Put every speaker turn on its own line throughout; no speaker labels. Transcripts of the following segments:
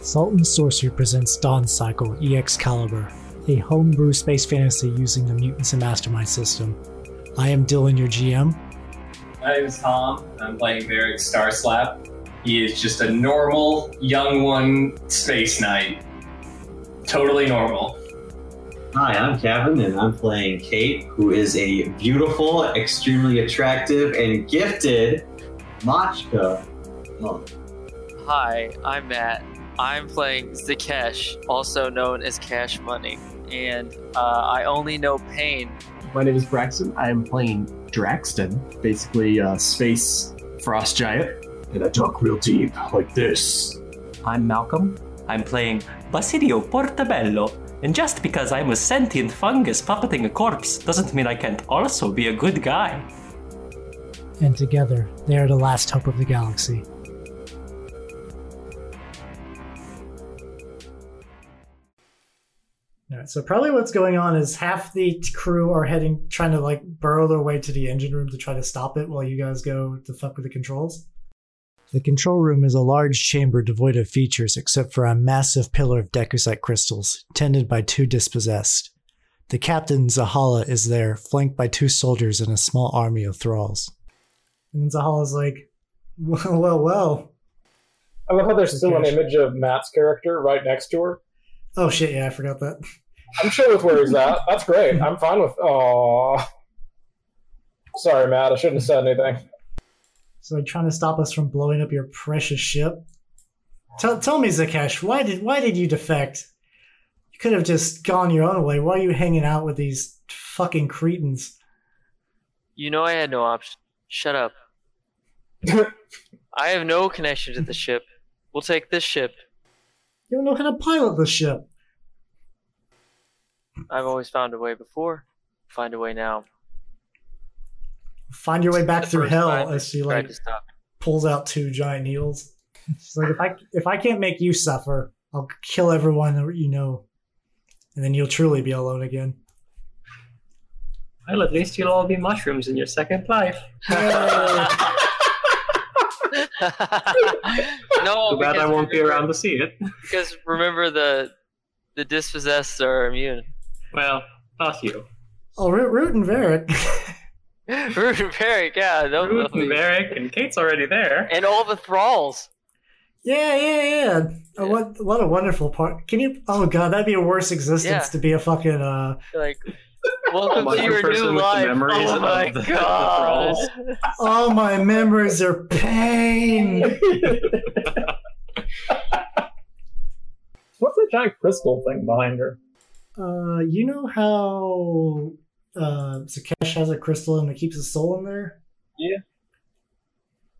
Salt and Sorcery presents Dawn Cycle Excalibur, a homebrew space fantasy using the Mutants and Mastermind system. I am Dylan, your GM.
My name is Tom. I'm playing Varric Starslap. He is just a normal young one space knight. Totally normal.
Hi, I'm Kevin, and I'm playing Kate, who is a beautiful, extremely attractive, and gifted Machka. Oh,
Hi, I'm Matt. I'm playing Zakesh, also known as Cash Money, and uh, I only know pain.
My name is Braxton. I am playing Draxton, basically a space frost giant. And I talk real deep, like this.
I'm Malcolm. I'm playing Basilio Portabello, and just because I'm a sentient fungus puppeting a corpse doesn't mean I can't also be a good guy.
And together, they are the last hope of the galaxy. Alright, so probably what's going on is half the t- crew are heading, trying to like burrow their way to the engine room to try to stop it while you guys go to fuck with the controls. The control room is a large chamber devoid of features except for a massive pillar of decusite crystals, tended by two dispossessed. The captain, Zahala, is there, flanked by two soldiers and a small army of thralls. And Zahala's like, well, well, well.
I love how there's still an
Okay.
image of Matt's character right next to her.
Oh shit, yeah, I forgot that.
I'm sure with where he's at. That's great. I'm fine with. Aww. Sorry, Matt. I shouldn't have said anything.
So they're trying to stop us from blowing up your precious ship. Tell, tell me, Zakesh, why did why did you defect? You could have just gone your own way. Why are you hanging out with these fucking cretins?
You know I had no option. Shut up. I have no connection to the ship. We'll take this ship.
You don't know how to pilot the ship.
I've always found a way before. Find a way now.
Find your way back
The
through
first
hell
time I
as she
tried
like
to stop.
pulls out two giant needles. She's like, if I if I can't make you suffer, I'll kill everyone that you know, and then you'll truly be alone again.
Well, at least you'll all be mushrooms in your second life.
no,
Too bad I
because
won't be
remember-
around to see it.
Because remember the the dispossessed are immune.
Well, not you.
Oh, Root, Root and Varric.
Very yeah, no, no.
Ruth and Eric and Kate's already there.
and all the thralls.
Yeah, yeah, yeah. Oh, what what a wonderful part. Can you Oh god, that'd be a worse existence
Yeah.
to be a fucking uh
Like, welcome
Like
to
the
your
person
new
with the
life.
memories
oh
of
my
the- the
god!
thralls.
all my memories are pain.
What's that giant crystal thing behind her?
Uh you know how uh Zakesh has a crystal and it keeps his soul in there?
Yeah.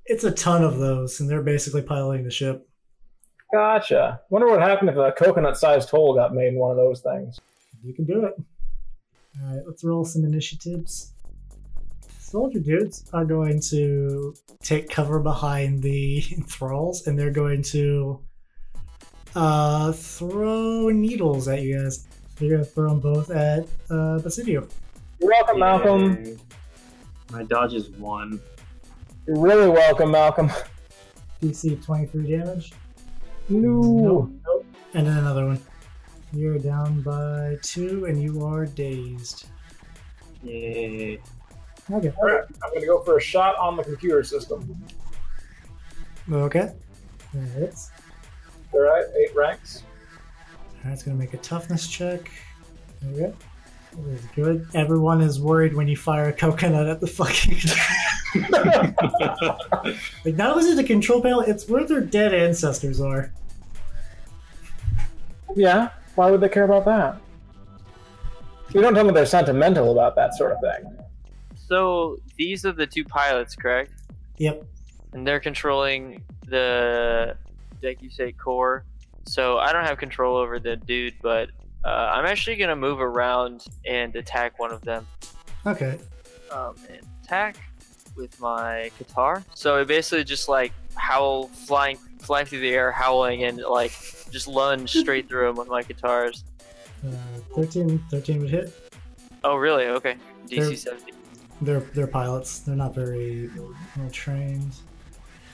It's a ton of those and they're basically piloting the ship.
Gotcha. Wonder what happened if a coconut-sized hole got made in one of those things.
You can do it. All right, let's roll some initiatives. Soldier dudes are going to take cover behind the thralls, and they're going to uh, throw needles at you guys. They're going to throw them both at uh, Basidio.
You're welcome, Malcolm.
Yay. My dodge is one.
You're really welcome, Malcolm.
DC 23 damage,
No.
and then another one. You're down by two, and you are dazed.
Yay.
Okay.
All right, I'm gonna go for a shot on the computer system.
Okay. That hits.
All right, eight ranks.
Alright, it's gonna make a toughness check. There we go. That is good. Everyone is worried when you fire a coconut at the fucking. like not only is it the control panel, it's where their dead ancestors are.
Yeah. Why would they care about that? You don't tell me they're sentimental about that sort of thing.
So these are the two pilots, correct?
Yep.
And they're controlling the Decusate core. So I don't have control over the dude, but uh, I'm actually gonna move around and attack one of them.
Okay.
um, and attack with my guitar. So it basically just like howl, flying, flying through the air, howling, and like just lunge straight through him with my guitars.
Uh, 13, 13 would hit.
Oh, really? Okay. DC
They're-
70.
They're they're pilots. They're not very uh, well trained.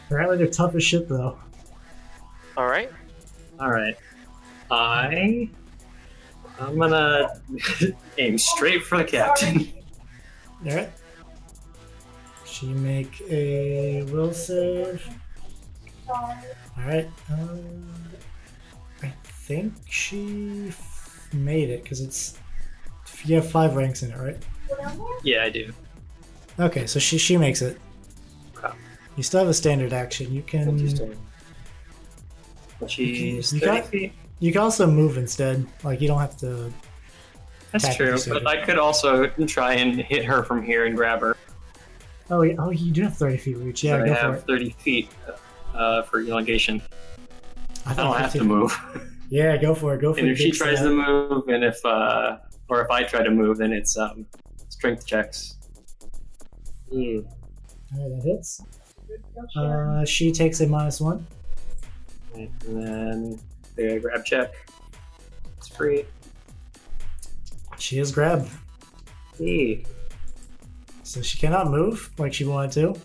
Apparently they're tough as shit though.
All right.
All right. I. I'm gonna aim straight for the captain.
All right. She make a will save. All right. Um, I think she f- made it because it's you have five ranks in it, right?
Yeah, I do.
Okay, so she she makes it. You still have a standard action. You can
She's
You
30
got-
feet.
you can also move instead. Like you don't have to.
That's
attack
true.
you, so
But
just-
I could also try and hit her from here and grab her.
Oh, yeah, oh, you do have thirty feet reach. Yeah,
So I
go
have
for it.
30 feet uh, for elongation.
I
I
thought
don't have to
15.
move.
Yeah, go for it. Go for
And
it.
if she
Big
tries
stab.
to move, and if uh, or if I try to move, then it's um, strength checks. Hmm,
All right, that hits. Uh, she takes a minus one.
And then the grab check. It's free.
She is grabbed,
Hey.
so she cannot move like she wanted to.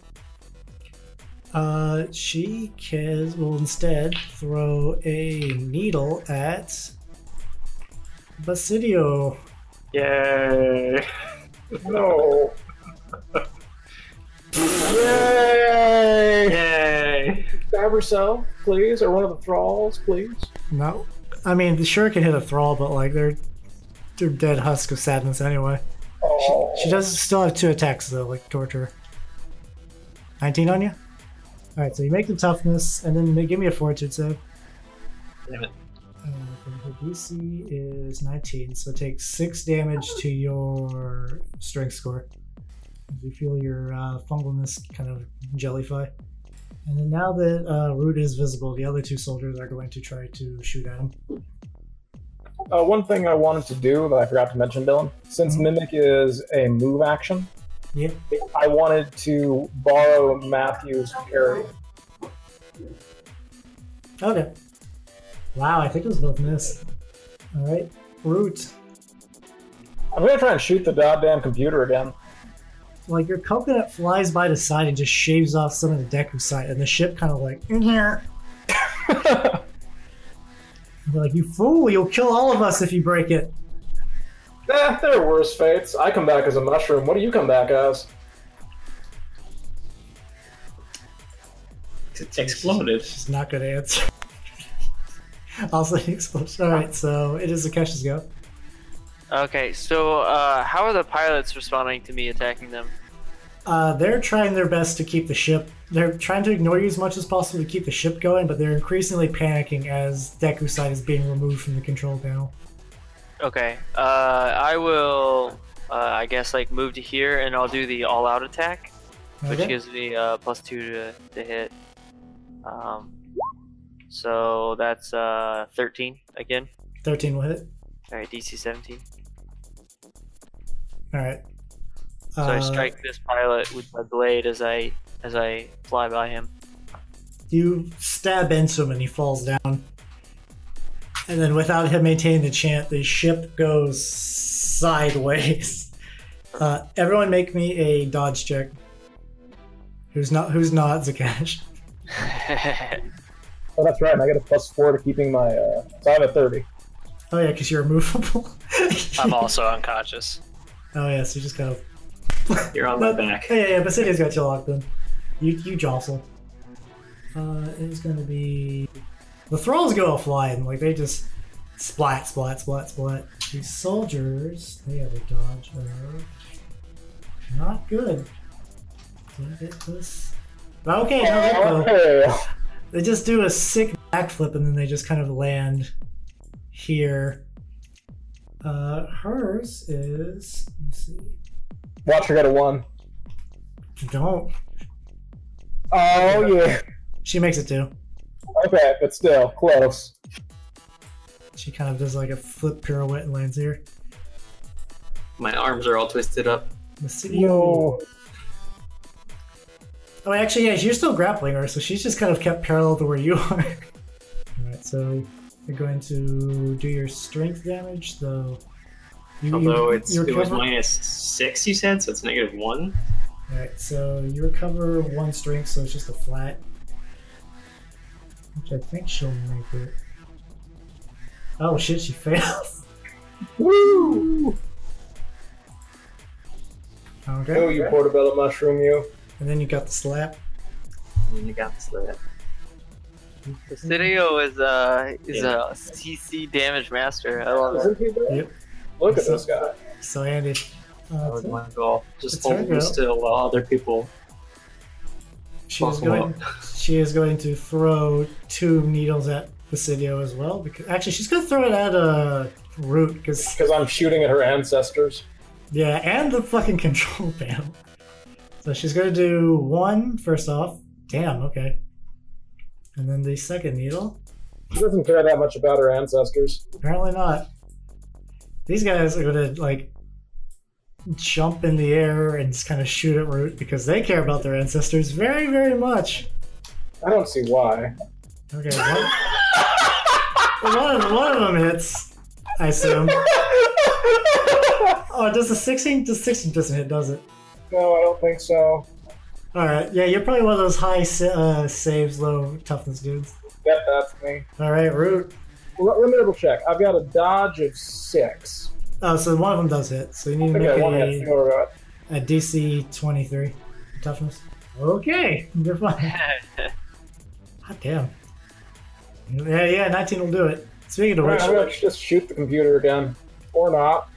Uh, she can will instead throw a needle at Basidio.
Yay.
No. Yay!
Yay.
Stab herself, please, or one of the thralls, please.
No, I mean sure it can hit a thrall, but like they're they're dead husk of sadness anyway.
Oh.
She does still have two attacks though, like torture. 19 on you? Alright, so you make the toughness, and then ma- give me a fortitude save.
Damn it.
Uh, and her DC is 19, so take 6 damage to your strength score. You feel your uh, fungalness kind of jellyfy. And then now that uh, Root is visible, the other two soldiers are going to try to shoot at him.
Uh, one thing I wanted to do that I forgot to mention, Dylan, since
Mhm.
Mimic is a move action,
Yeah.
I wanted to borrow Matthew's parry.
Okay. Wow, I think it was both miss. Alright, Root.
I'm gonna try and shoot the goddamn computer again.
like your coconut flies by the side and just shaves off some of the deck of side, and the ship kind of like in here. They're like, you fool! You'll kill all of us if you break it.
Nah, there are Eh, worse fates. I come back as a mushroom. What do you come back as?
It's exploded.
It's not good answer. also, an explosion. All right, so it is Akesh's go.
Okay, so uh, how are the pilots responding to me attacking them?
Uh, they're trying their best to keep the ship. They're trying to ignore you as much as possible to keep the ship going, but they're increasingly panicking as Deku side is being removed from the control panel.
Okay, uh, I will, uh, I guess, like move to here, and I'll do the all-out attack, which
Okay.
gives me uh, plus two to, to hit. Um, so that's uh, 13 again.
Thirteen will hit.
All right, DC 17.
All right. Uh,
So
Uh,
I strike this pilot with my blade as I as I fly by him.
You stab into him and he falls down. And then, without him maintaining the chant, the ship goes sideways. Uh, everyone, make me a dodge check. Who's not? Who's not Zakash?
Oh, that's right. and I get a plus four to keeping my. Uh, so I have a thirty.
Oh yeah, because you're immovable.
I'm also unconscious.
oh yeah, so you just kind of.
You're on my
No,
back.
Yeah, yeah, yeah. Basilia's got you locked in. You, you jostle. Uh, it's gonna be the thralls go flying like they just splat, splat, splat, splat. These soldiers, they have a dodge of not good. Did I get this? But okay, no, they go.
Okay.
They just do a sick backflip and then they just kind of land here. Uh, hers is. Let me see.
Watch her get a one.
Don't.
Oh yeah.
She makes it too.
Okay, but still close.
She kind of does like a flip pirouette and lands here.
My arms are all twisted up.
Mystidio. E Oh, actually, yeah, you're still grappling her, so she's just kind of kept parallel to where you are. Alright, so you're going to do your strength damage, though. You- you-
Although it's
you
it was
recover-
minus six, you said, so it's negative one.
Alright, so you recover one strength, so it's just a flat. Which I think she'll make it. Oh shit, she fails.
Woo!
Okay.
Oh, you portobello mushroom, you.
And then you got the slap.
And you got that.
Presidio is a is a CC damage master. I love it.
Isn't he bad?
Yep.
Look at this guy.
So Andy.
That
Uh,
was my goal. Just
It's
hold
her
them
girl.
still while other people.
she is
Buckle
going. She is going to throw two needles at Basidio as well. Because actually, she's going to throw it at uh, Root because
Because I'm shooting at her ancestors.
yeah, and the fucking control panel. So she's going to do one first off. Damn. Okay. And then the second needle.
She doesn't care that much about her ancestors.
Apparently not. These guys are gonna like jump in the air and just kind of shoot at Root because they care about their ancestors very, very much.
I don't see why.
Okay, one, one, of, one of them hits, I assume. Oh, does the 16? Does 16 doesn't hit, does it?
No, I don't think so.
All right, yeah, you're probably one of those high sa- uh, saves, low toughness dudes.
That, that's me.
All right, Root.
Let, let me double check. I've got a dodge of six.
Oh, so one of them does hit. So you need to
Okay, one hit.
make
Single regard.
a, a DC 23 toughness. Okay, you're fine. God damn. Yeah, yeah, 19 will do it. Speaking of
All
which,
right, I'm gonna just shoot the computer again, or not.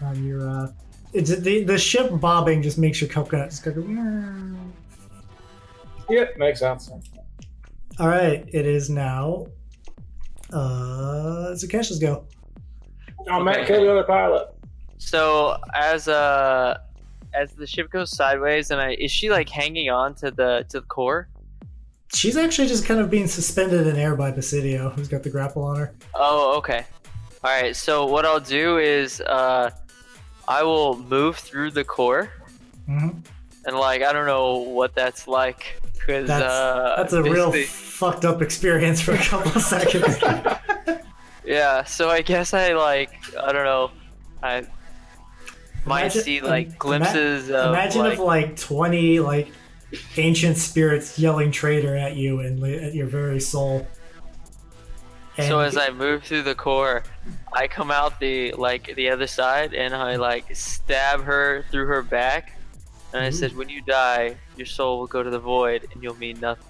on your, uh, it's, the, the ship bobbing just makes your coconut just go.
Yeah, makes sense. Oh,
All right, it is now. Uh, Zakesh's go.
Oh, Matt, kill the other pilot.
So as uh as the ship goes sideways, and I is she like hanging on to the to the core?
She's actually just kind of being suspended in air by Basidio, who's got the grapple on her.
Oh, okay. All right. So what I'll do is uh, I will move through the core,
Mm-hmm.
and like I don't know what that's like because
That's-
uh,
That's a real
basically-
fucked up experience for a couple of seconds.
yeah. So I guess I like I don't know I might
Imagine-
see
ima-
like glimpses of
Imagine
like,
if like twenty like ancient spirits yelling traitor at you and li- at your very soul. And
So as I move through the core, I come out the like the other side and I like stab her through her back. And I said, when you die, your soul will go to the void and you'll mean nothing.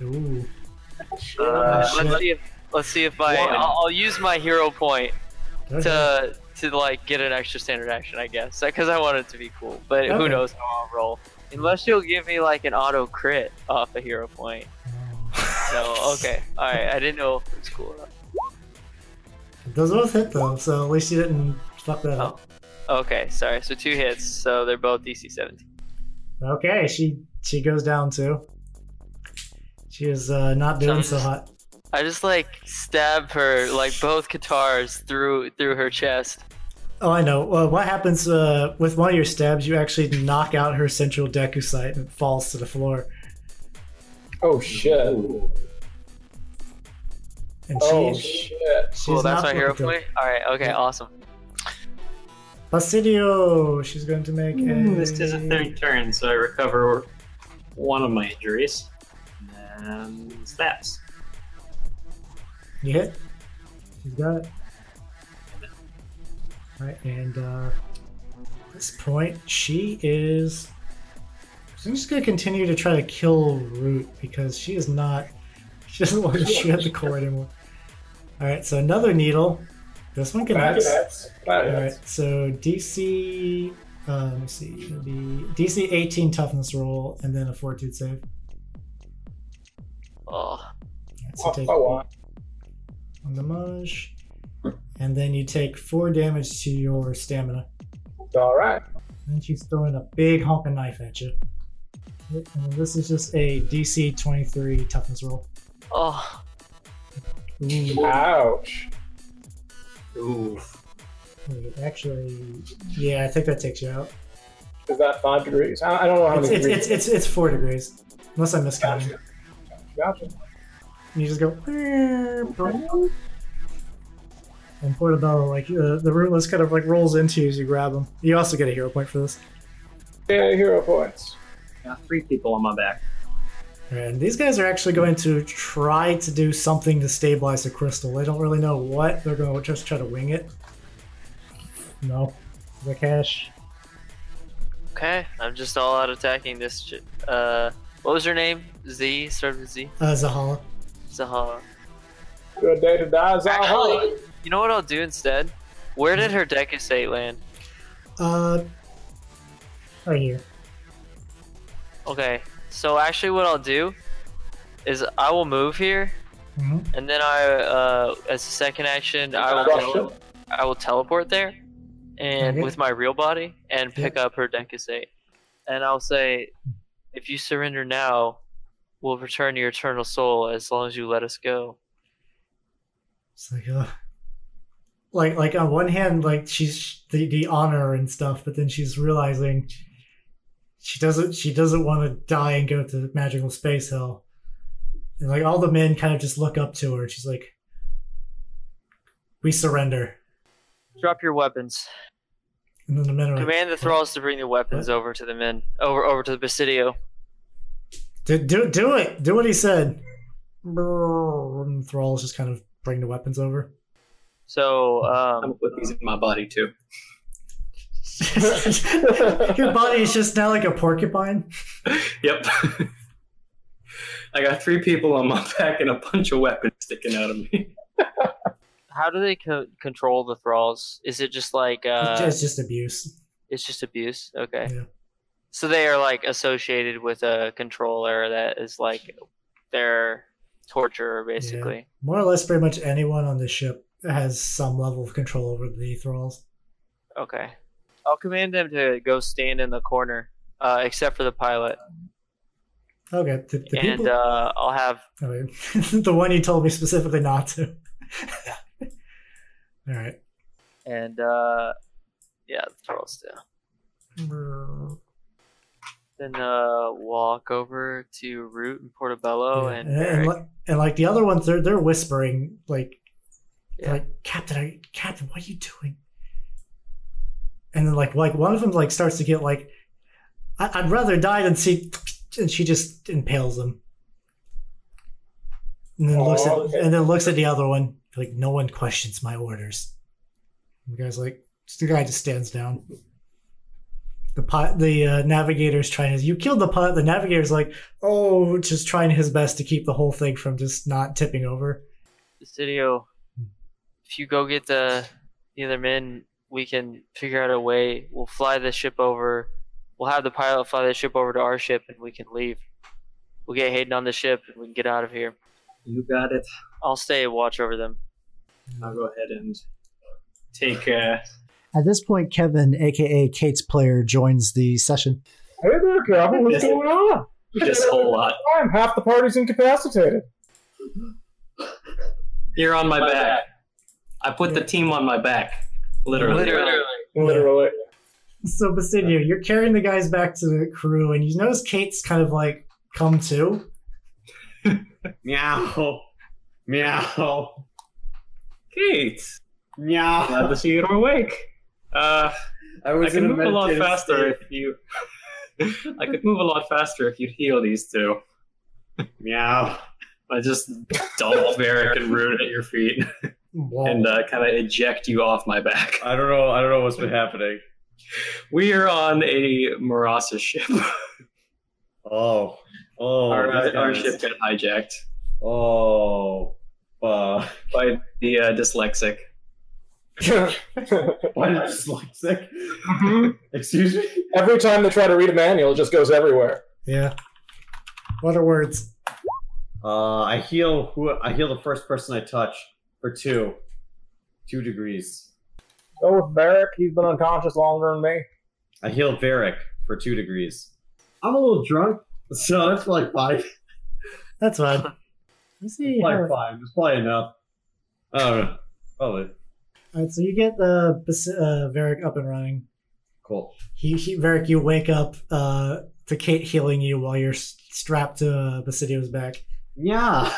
Ooh.
Uh,
shit.
let's see if let's see if I I'll, I'll use my hero point
okay.
to to like get an extra standard action, I guess, because I want it to be cool. But
Okay.
who knows how I'll roll? Unless you'll give me like an auto crit off a hero point. So okay, all right. I didn't know if it was cool. Or not.
Those both hit though, so at least you didn't fuck that up.
Okay, sorry. So two hits. So they're both DC 17.
Okay, she she goes down too. She is uh, not doing so hot.
I just like stab her like both guitars through through her chest.
Oh, I know. Uh, what happens uh, with one of your stabs? You actually knock out her central deku site and it falls to the floor.
Oh shit.
And she,
Oh shit.
she's
Cool. That's
not
my hero
looking good.
point. All right. Okay. Awesome.
Basidio, she's going to make a.
This is a
Hmm.
third turn, so I recover one of my injuries. And that's.
You hit. She's got it. Alright, and uh, at this point, she is. I'm just gonna continue to try to kill Root because she is not. She doesn't want to shoot at the core anymore. Alright, so another needle. This one
Matt
connects.
hits. Matt hits.
Alright, so DC. Uh, let me see. It'll be DC 18 toughness roll and then a fortitude save.
Oh,
Alright, so
Oh,
take
oh, wow.
on the mage. And then you take four damage to your stamina.
All right.
Then she's throwing a big honking knife at you. And this is just a DC 23 toughness roll.
oh,
Ooh,
Ouch.
Ooh.
wait, actually, yeah, I think that takes you out.
Is that five degrees? I, I don't know how
It's
many
it's,
degrees.
it's it's it's four degrees, unless I'm miscounting.
Gotcha. Gotcha.
You just go. And Portobello, like uh, the rootless, kind of like rolls into you as you grab him. You also get a hero point for this.
Yeah, hero points.
Got three people on my back.
And these guys are actually going to try to do something to stabilize the crystal. They don't really know what. They're going to just try to wing it. No. The cash.
Okay, I'm just all out attacking this. Ch- uh, what was her name? Z started with Z.
Uh, Zahala.
Zahala.
Good day to die, Zaha.
Actually, you know what I'll do instead? Where
Mm-hmm.
did her deck estate land?
Uh, right here.
Okay, so actually, what I'll do is I will move here,
hmm
and then I, uh, as a second action, I will
Rush
tele- I will teleport there, and
Okay.
with my real body, and
Yeah.
pick up her deck estate, and I'll say, if you surrender now, we'll return your eternal soul as long as you let us go.
It's like, uh, like, like on one hand, like she's the, the honor and stuff, but then she's realizing she doesn't she doesn't want to die and go to magical space hell. And like all the men kind of just look up to her. and She's like, "We surrender."
Drop your weapons.
And then the men are like,
Command the thralls to bring the weapons over to the men, over over to the Basidio.
"Do do do it! Do what he said." Brrr, And thralls just kind of bring the weapons over.
So,
I'm
um,
gonna put these in my body too.
Your body is just now like a porcupine.
Yep. I got three people on my back and a bunch of weapons sticking out of me.
how do they co- control the thralls? Is it just like uh,
it's just abuse.
it's just abuse? Okay.
Yeah.
So they are like associated with a controller that is like their torturer, basically.
More or less, pretty much anyone on the ship has some level of control over the thralls.
Okay. I'll command them to go stand in the corner, uh, except for the pilot,
Okay, the, the
and
people.
uh, I'll have
I mean, the one you told me specifically not to. All right.
and uh, yeah, the thralls down. Then uh, walk over to Root and Portobello
Yeah,
Oh, and,
and,
Eric.
like, and like the other ones, they're they're whispering like, they're
Yeah.
like Captain, are you, Captain, what are you doing? And then like like one of them like starts to get like, I- I'd rather die than see, and she just impales him. And then looks at
Oh, okay.
and then looks at the other one like no one questions my orders. And the guy's like the guy just stands down. The pot, the uh, navigator's trying to. You killed the pilot. The navigator's like, oh, just trying his best to keep the whole thing from just not tipping over.
Studio, if you go get the the other men, we can figure out a way. We'll fly the ship over. We'll have the pilot fly the ship over to our ship, and we can leave. We'll get Hayden on the ship, and we can get out of here.
You got it.
I'll stay and watch over them.
I'll go ahead and take uh
At this point, Kevin, aka Kate's player, joins the session.
Hey there, Calvin. What's
Yes.
going on?
this whole lot.
I'm half the party's incapacitated.
You're on my,
My
back. I put the team on my back. Literally.
Literally.
So, Basidio, you're carrying the guys back to the crew, and you notice Kate's kind of like come to.
Meow. Meow.
Kate. Glad
Meow.
to see you awake. Uh
I
I
was
could
in
move a lot
meditative
faster
state.
if you I could move a lot faster if you'd heal these two.
Meow.
I just dump Varric and Root at your feet
Whoa.
and uh, kind of eject you off my back.
I don't know. I don't know what's been happening.
We are on a Marasa ship.
Oh. Oh.
our,
this
our
is-
ship got hijacked
Oh. Fuck.
by the uh, dyslexic.
Why not dyslexic? Excuse me?
Every time they try to read a manual, it just goes everywhere.
yeah. What are words?
Uh, I heal who I heal the first person I touch for two, two degrees.
Go with Varric. He's been unconscious longer than me.
I heal Varric for two degrees. I'm a little drunk, so that's like five.
That's fine. Let's see.
Like
how-
five. It's probably enough. I don't know. Probably
All right, so you get the Bas- uh, Varric up and running.
cool.
He, he Varric, you wake up uh, to Kate healing you while you're s- strapped to uh, Basidio's back.
Yeah.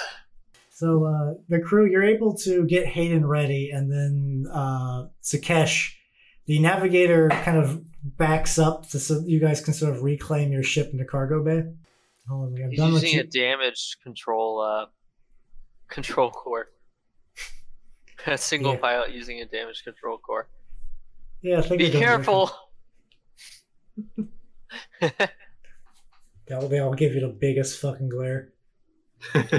So uh, the crew, you're able to get Hayden ready, and then uh, Sakesh, the navigator, kind of backs up to so you guys can sort of reclaim your ship in the cargo bay. Hold on, like, I'm
He's
done with
using
you.
a damage control uh, control core. a single
Yeah.
pilot using a damage control core.
Yeah, I think
Be
it does work.
careful.
They'll, they'll give you the biggest fucking glare. like,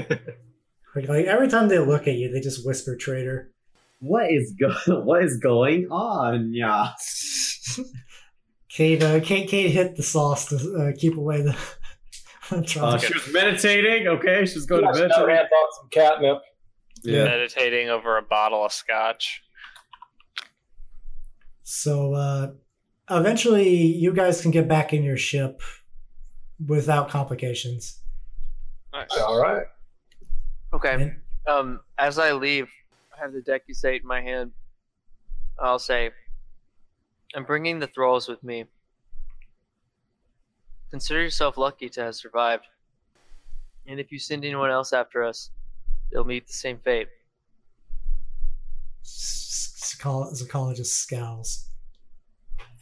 like, every time they look at you, they just whisper traitor.
What is go- What is going on? Yeah.
Kate, uh, Kate, Kate hit the sauce to uh, keep away the.
Uh,
Trump.
she was meditating. Okay, she's going
Go
to
to bed.
meditate.
bought some catnip.
Yeah.
Meditating over a bottle of scotch.
so uh, eventually, you guys can get back in your ship without complications.
All right.
okay.
And-
Um, as I leave, I have the decusate in my hand. I'll say, I'm bringing the thralls with me. Consider yourself lucky to have survived. And if you send anyone else after us, they'll meet the same fate.
psychol- psychologist scowls.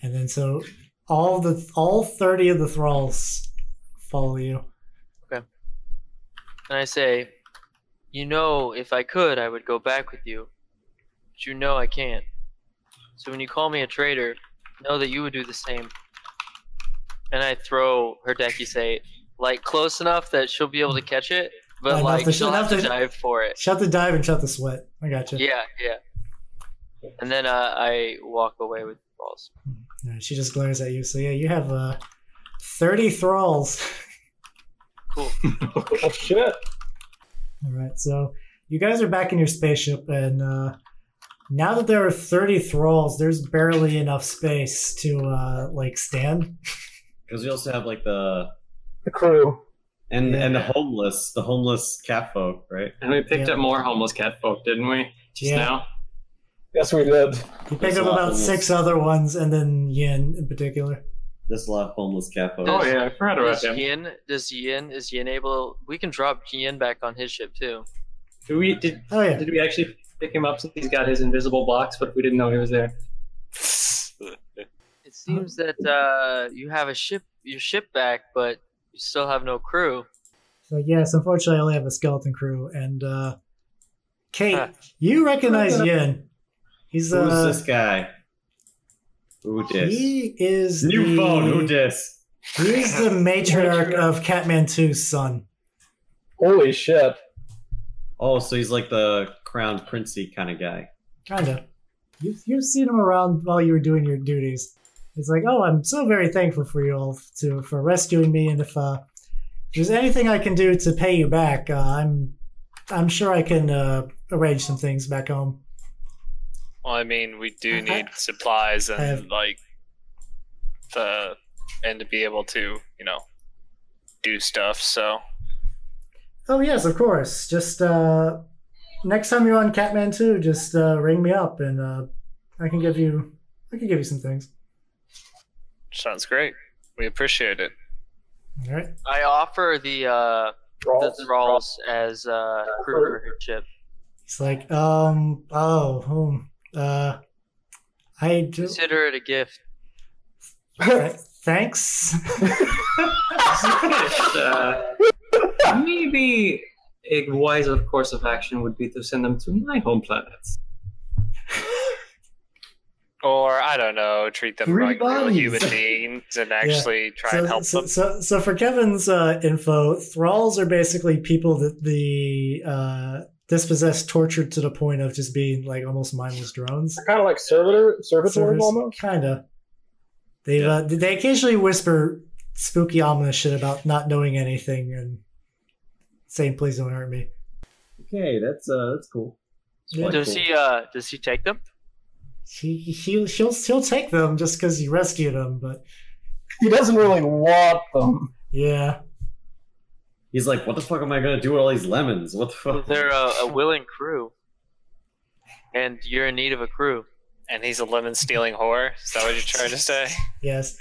And then so all the all 30 of the thralls follow you.
And I say, You know, if I could, I would go back with you. But you know I can't. So when you call me a traitor, know that you would do the same. And I throw her decusate, like close enough that she'll be able to catch it, but
Enough
like
that
she'll
she'll
have
have
to
to-
dive for it.
Shut the dive and shut the sweat. I got you.
Yeah, yeah. And then uh, I walk away with the balls.
Alright, she just glares at you. So yeah, you have uh, 30 thralls.
Cool.
Oh shit.
All right, so you guys are back in your spaceship, and uh, now that there are 30 thralls, there's barely enough space to uh, like stand.
Because we also have like the
The crew.
and
Yeah.
and the homeless, the homeless cat folk, right?
And we picked
Yeah.
up more homeless cat folk, didn't we? Just
Yeah.
now.
Yes, we did.
You pick
There's a
up
lot
about
of
six other ones, and then Yin in particular.
There's a lot of homeless cat folk.
Oh,
Oh yeah, I forgot about
Does
him.
Yin does Yin is Yin able we can drop Yin back on his ship too.
Did we did
Oh yeah,
did we actually pick him up since he's got his invisible box, but we didn't know he was there?
It seems that uh, you have a ship, your ship back, but you still have no crew.
So yes, unfortunately, I only have a skeleton crew. And uh, Kate,
Huh.
you recognize Yin. He's
Who's
uh,
this guy? Who dis?
he is
New
the,
phone. Who dis?
He's the matriarch of Catman 2's son.
Holy shit.
Oh, so he's like the crown princey kind of guy.
Kinda. You've you've seen him around while you were doing your duties. He's like, oh, I'm so very thankful for you all to for rescuing me, and if uh, if there's anything I can do to pay you back, uh, I'm I'm sure I can uh, arrange some things back home.
Well, I mean, we do
Uh-huh.
need supplies and
have-
like the and to be able to, you know, do stuff. So
Oh yes, of course. Just uh, next time you're on Catman Two, just uh, ring me up, and uh, I can give you I can give you some things.
sounds great. We appreciate it.
All right.
I offer the uh, the
Thralls.
thralls as uh, crew for her ship.
He's like, um, oh, hmm, uh, I just
Consider it a gift.
thanks.
uh, maybe a wiser course of action would be to send them to my home planets.
Or I don't know, treat them
Three
like real
bodies.
human beings and actually try and help
so,
them.
so, so for Kevin's uh, info, thralls are basically people that the uh, dispossessed tortured to the point of just being like almost mindless drones.
Kind of like servitor, servitors
Service-
almost.
Kinda. They uh, they occasionally whisper spooky ominous shit about not knowing anything and saying please don't hurt me.
Okay, that's uh, that's cool. It's
Yeah,
quite
Does
cool.
he? Uh, does he take them?
He he she'll she'll take them just because you rescued them, but
He doesn't really want them.
yeah.
He's like, what the fuck am I gonna do with all these lemons? What the fuck?
They're a, a willing crew, and you're in need of a crew.
And he's a lemon stealing whore. Is that what you're trying to say?
Yes.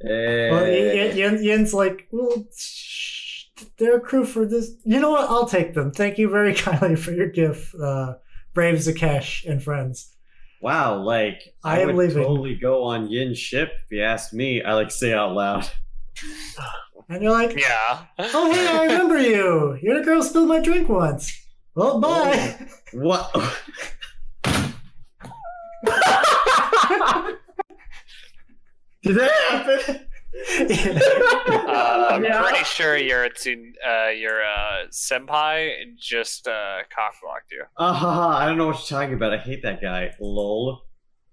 Hey.
Well, Yin, Yin, Yin's like, well, sh- they're a crew for this. You know what? I'll take them. Thank you very kindly for your gift, uh, Brave Zakesh and friends.
Wow, like
I am
would
leaving.
totally go on Yin's ship if you asked me. I like say out loud.
And you're like,
Yeah.
oh, hey, I remember you. You're the girl who spilled my drink once. Well, bye.
What? Did that happen?
Uh, I'm pretty sure your tsun- uh, your uh, senpai just uh, cockblocked you.
Ah, ha, ha, I don't know what you're talking about. I hate that guy. Lol.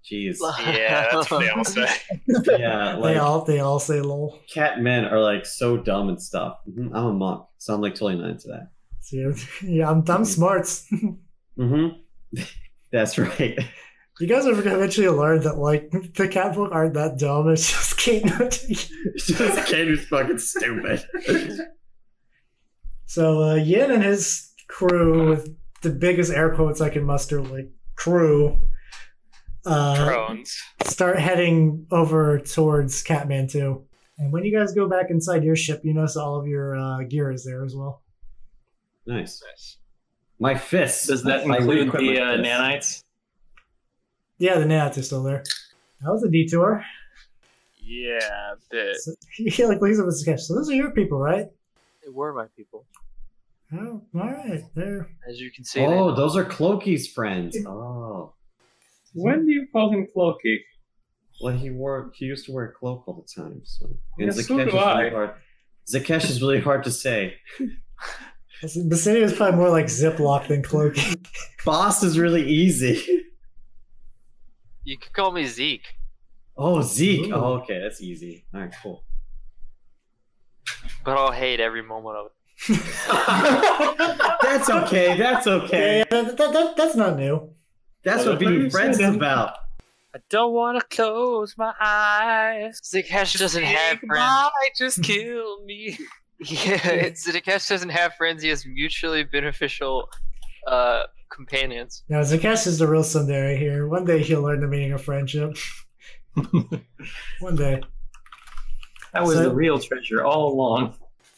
Jeez.
Yeah, that's what they all say.
Yeah,
they
like
all they all say lol.
cat men are like so dumb and stuff. Mhm, I'm a monk, so I'm like totally not into that.
So you're, yeah, I'm dumb smarts.
Mm-hmm. That's right.
You guys are gonna eventually learn that like the catfolk aren't that dumb. It's just Kate.
Just kid who's fucking stupid.
so uh, Yin and his crew, with the biggest air quotes I can muster, like crew, uh,
Drones.
start heading over towards Catman Two. And when you guys go back inside your ship, you notice all of your uh, gear is there as well.
Nice. My fists.
Does that
I
include
re-equip
the
my
uh,
fists.
nanites?
Yeah, the nats are still there. That was a detour.
Yeah, a bit.
So, he like looks up at the sketch. So those are your people, right?
They were my people.
Oh, all right. There.
As you can see,
Oh, those are Cloaky's friends. Oh.
When
do you call him Cloaky?
Well, he wore he used to wear a cloak all the time. So and
Yeah, so
Zakesh
do
is
I.
really hard. Zakesh is really hard to say.
Bassinia is probably more like Ziploc than Cloak.
Boss is really easy.
you could call me Zeke.
Oh, Zeke.
Ooh.
Oh, okay, that's easy. All right, cool.
But I'll hate every moment of it.
that's okay. That's okay.
Yeah, that, that, that, that's not new.
That's what being friends is about.
I don't want to close my eyes. Zikash doesn't have friends.
I just kill me.
Yeah, Zikash doesn't have friends. He has mutually beneficial uh, companions.
Now, Zakesh is the real Sundari here. One day he'll learn the meaning of friendship. One day.
That was
So-
the real treasure all along.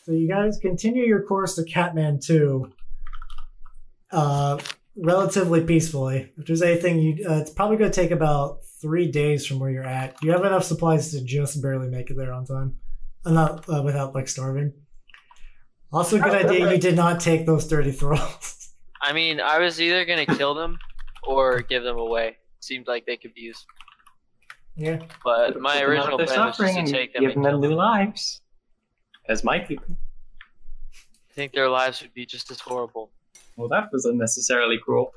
So you guys continue your course to Catman 2 uh, relatively peacefully. If there's anything, you uh, it's probably going to take about three days from where you're at. You have enough supplies to just barely make it there on time, uh, not uh, without like starving. Also, good idea you did not take those thirty thralls.
I mean, I was either gonna kill them or give them away. Seemed like they could be used.
yeah.
But my
Put them out
original
of their
plan was just to
suffering
take
and
them.
giving
And
them new lives. As my people.
I think their lives would be just as horrible.
Well, that was unnecessarily cruel.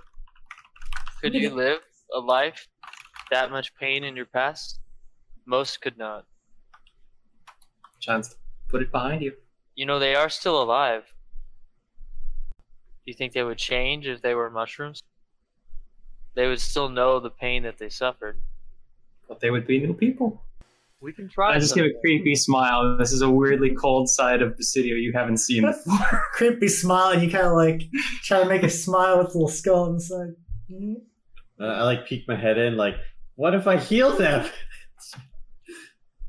Could you live a life that much pain in your past? Most could not.
Chance to put it behind you.
You know, they are still alive. Do you think they would change if they were mushrooms? They would still know the pain that they suffered.
But they would be new people.
We can try.
I just give a creepy smile. This is a weirdly cold side of Basidio you haven't seen before.
creepy smile and you kind of like try to make a smile with a little skull on the side. Mhm.
Uh, I like peek my head in. Like, what if I heal them?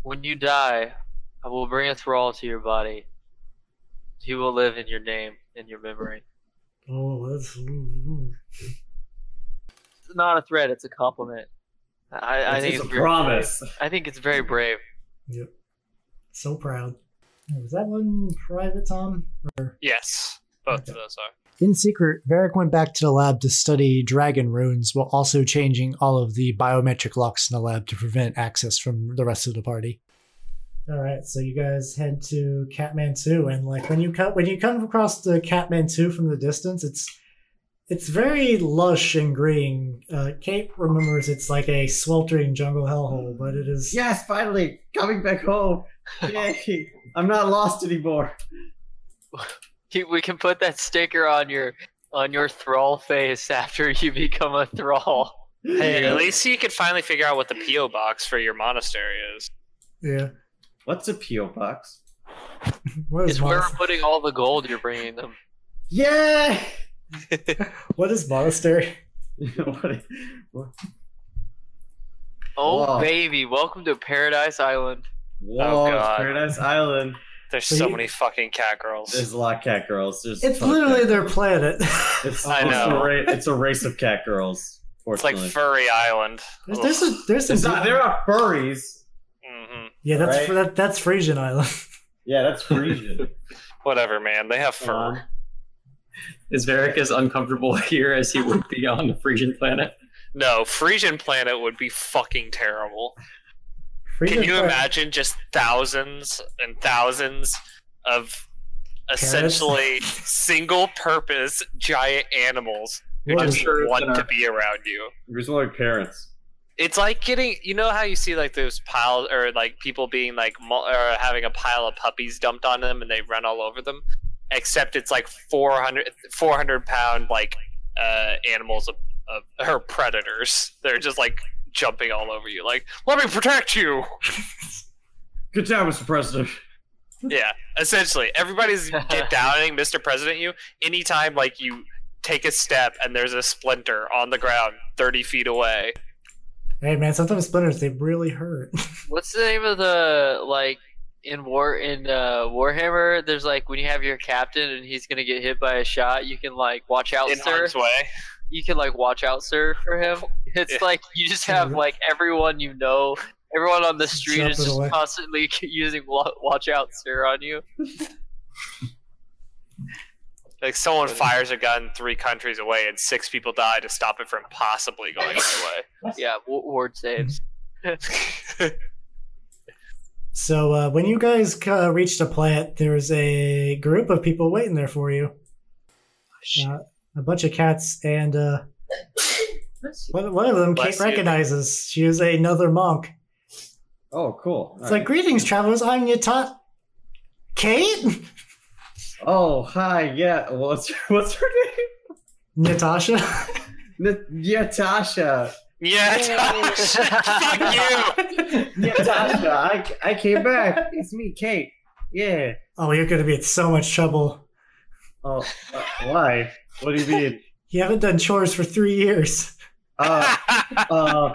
When you die, I will bring a thrall to your body. He will live in your name, in your memory.
Oh, that's ooh,
It's not a threat; it's a compliment. I, I think
it's
it's
a
very
promise.
brave. I think it's very brave.
so proud. Oh, Was that one private, Tom? Or...
Yes, both of those are.
In secret, Varric went back to the lab to study dragon runes while also changing all of the biometric locks in the lab to prevent access from the rest of the party. All right, so you guys head to Catman Two, and like when you come when you come across the Catman Two from the distance, it's it's very lush and green. Uh, Kate remembers it's like a sweltering jungle hellhole, but it is
Yes, finally coming back home. Yay! I'm not lost anymore.
You- We can put that sticker on your on your thrall face after you become a thrall.
Hey, at least you could finally figure out what the PO box for your monastery is.
yeah.
What's a PO box?
What is
It's where we're
monastery?
putting all the gold you're bringing them.
Yeah.
What is monastery?
what, what,
Oh
Wow.
baby, welcome to Paradise Island.
whoa,
God.
Paradise Island.
There's
So
so
you-
many fucking cat
There's
girls.
a lot of cat girls. There's
It's
fuck
literally
cat-
their planet.
It's,
I
it's
know.
A ra- it's a race of cat girls.
It's like
Fortunately,
Furry Island.
There's there's, a, there's some
It's not- There are furries.
hmm
yeah that's
right?
that, that's Frisian island.
Yeah, that's Frisian.
Whatever, man. They have fur.
Uh, is Varric as uncomfortable here as he would be on the Frisian planet?
No, Frisian planet would be fucking terrible.
Freedom
Can you
Fighter-
imagine just thousands and thousands of essentially single purpose giant animals who
Well,
just
I'm
sure it's
want
gonna-
to be around you?
There's one like parents.
It's like getting, you know how you see like those piles or like people being like mul- or having a pile of puppies dumped on them and they run all over them, except it's like 400, 400 pound like uh, animals of, of or predators. They're just like jumping all over you, like let me protect you.
Good job, Mr. President.
Yeah, essentially, everybody's get downing Mr. President. You anytime like you take a step and there's a splinter on the ground thirty feet away.
Hey man, sometimes splinters they really hurt.
What's the name of the like in war in uh, Warhammer? There's like when you have your captain and he's gonna get hit by a shot, you can like watch out,
in
sir.
harm's way.
You can like watch out, sir, for him. It's
Yeah.
like you just have like everyone you know, everyone on the street
Drop
is
it
just
away.
constantly using wa- watch out, sir, on you.
Like someone fires a gun three countries away and six people die to stop it from possibly going their way.
Yeah, wa- ward saves.
So uh, when you guys uh, reached the plant, there's a group of people waiting there for you. Uh, a bunch of cats and uh, one, one of them
Bless
Kate
you.
recognizes. She is another monk.
Oh, cool.
It's like, greetings, travelers. I'm your tot. Kate?
oh, hi. Yeah. What's what's her name?
Natasha?
N- yeah, Tasha.
Yeah,
Oh.
Josh, fuck you.
Yeah, Tasha. I I came back. It's me, Kate. Yeah.
Oh, you're going to be in so much trouble.
Oh, uh, why? What do you mean?
You haven't done chores for three years.
Uh, uh,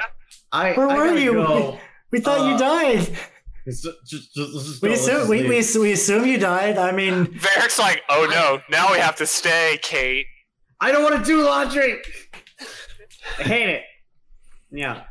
I.
Where
I
were
gotta
you?
Go.
We thought you
Uh,
died.
It's ju- just- just- let's just
We
go, let's
assume,
just
we,
leave.
we, ass- we assume you died. I mean,
Varric's like, oh no, now we have to stay, Kate.
I don't want to do laundry. I hate it. Yeah,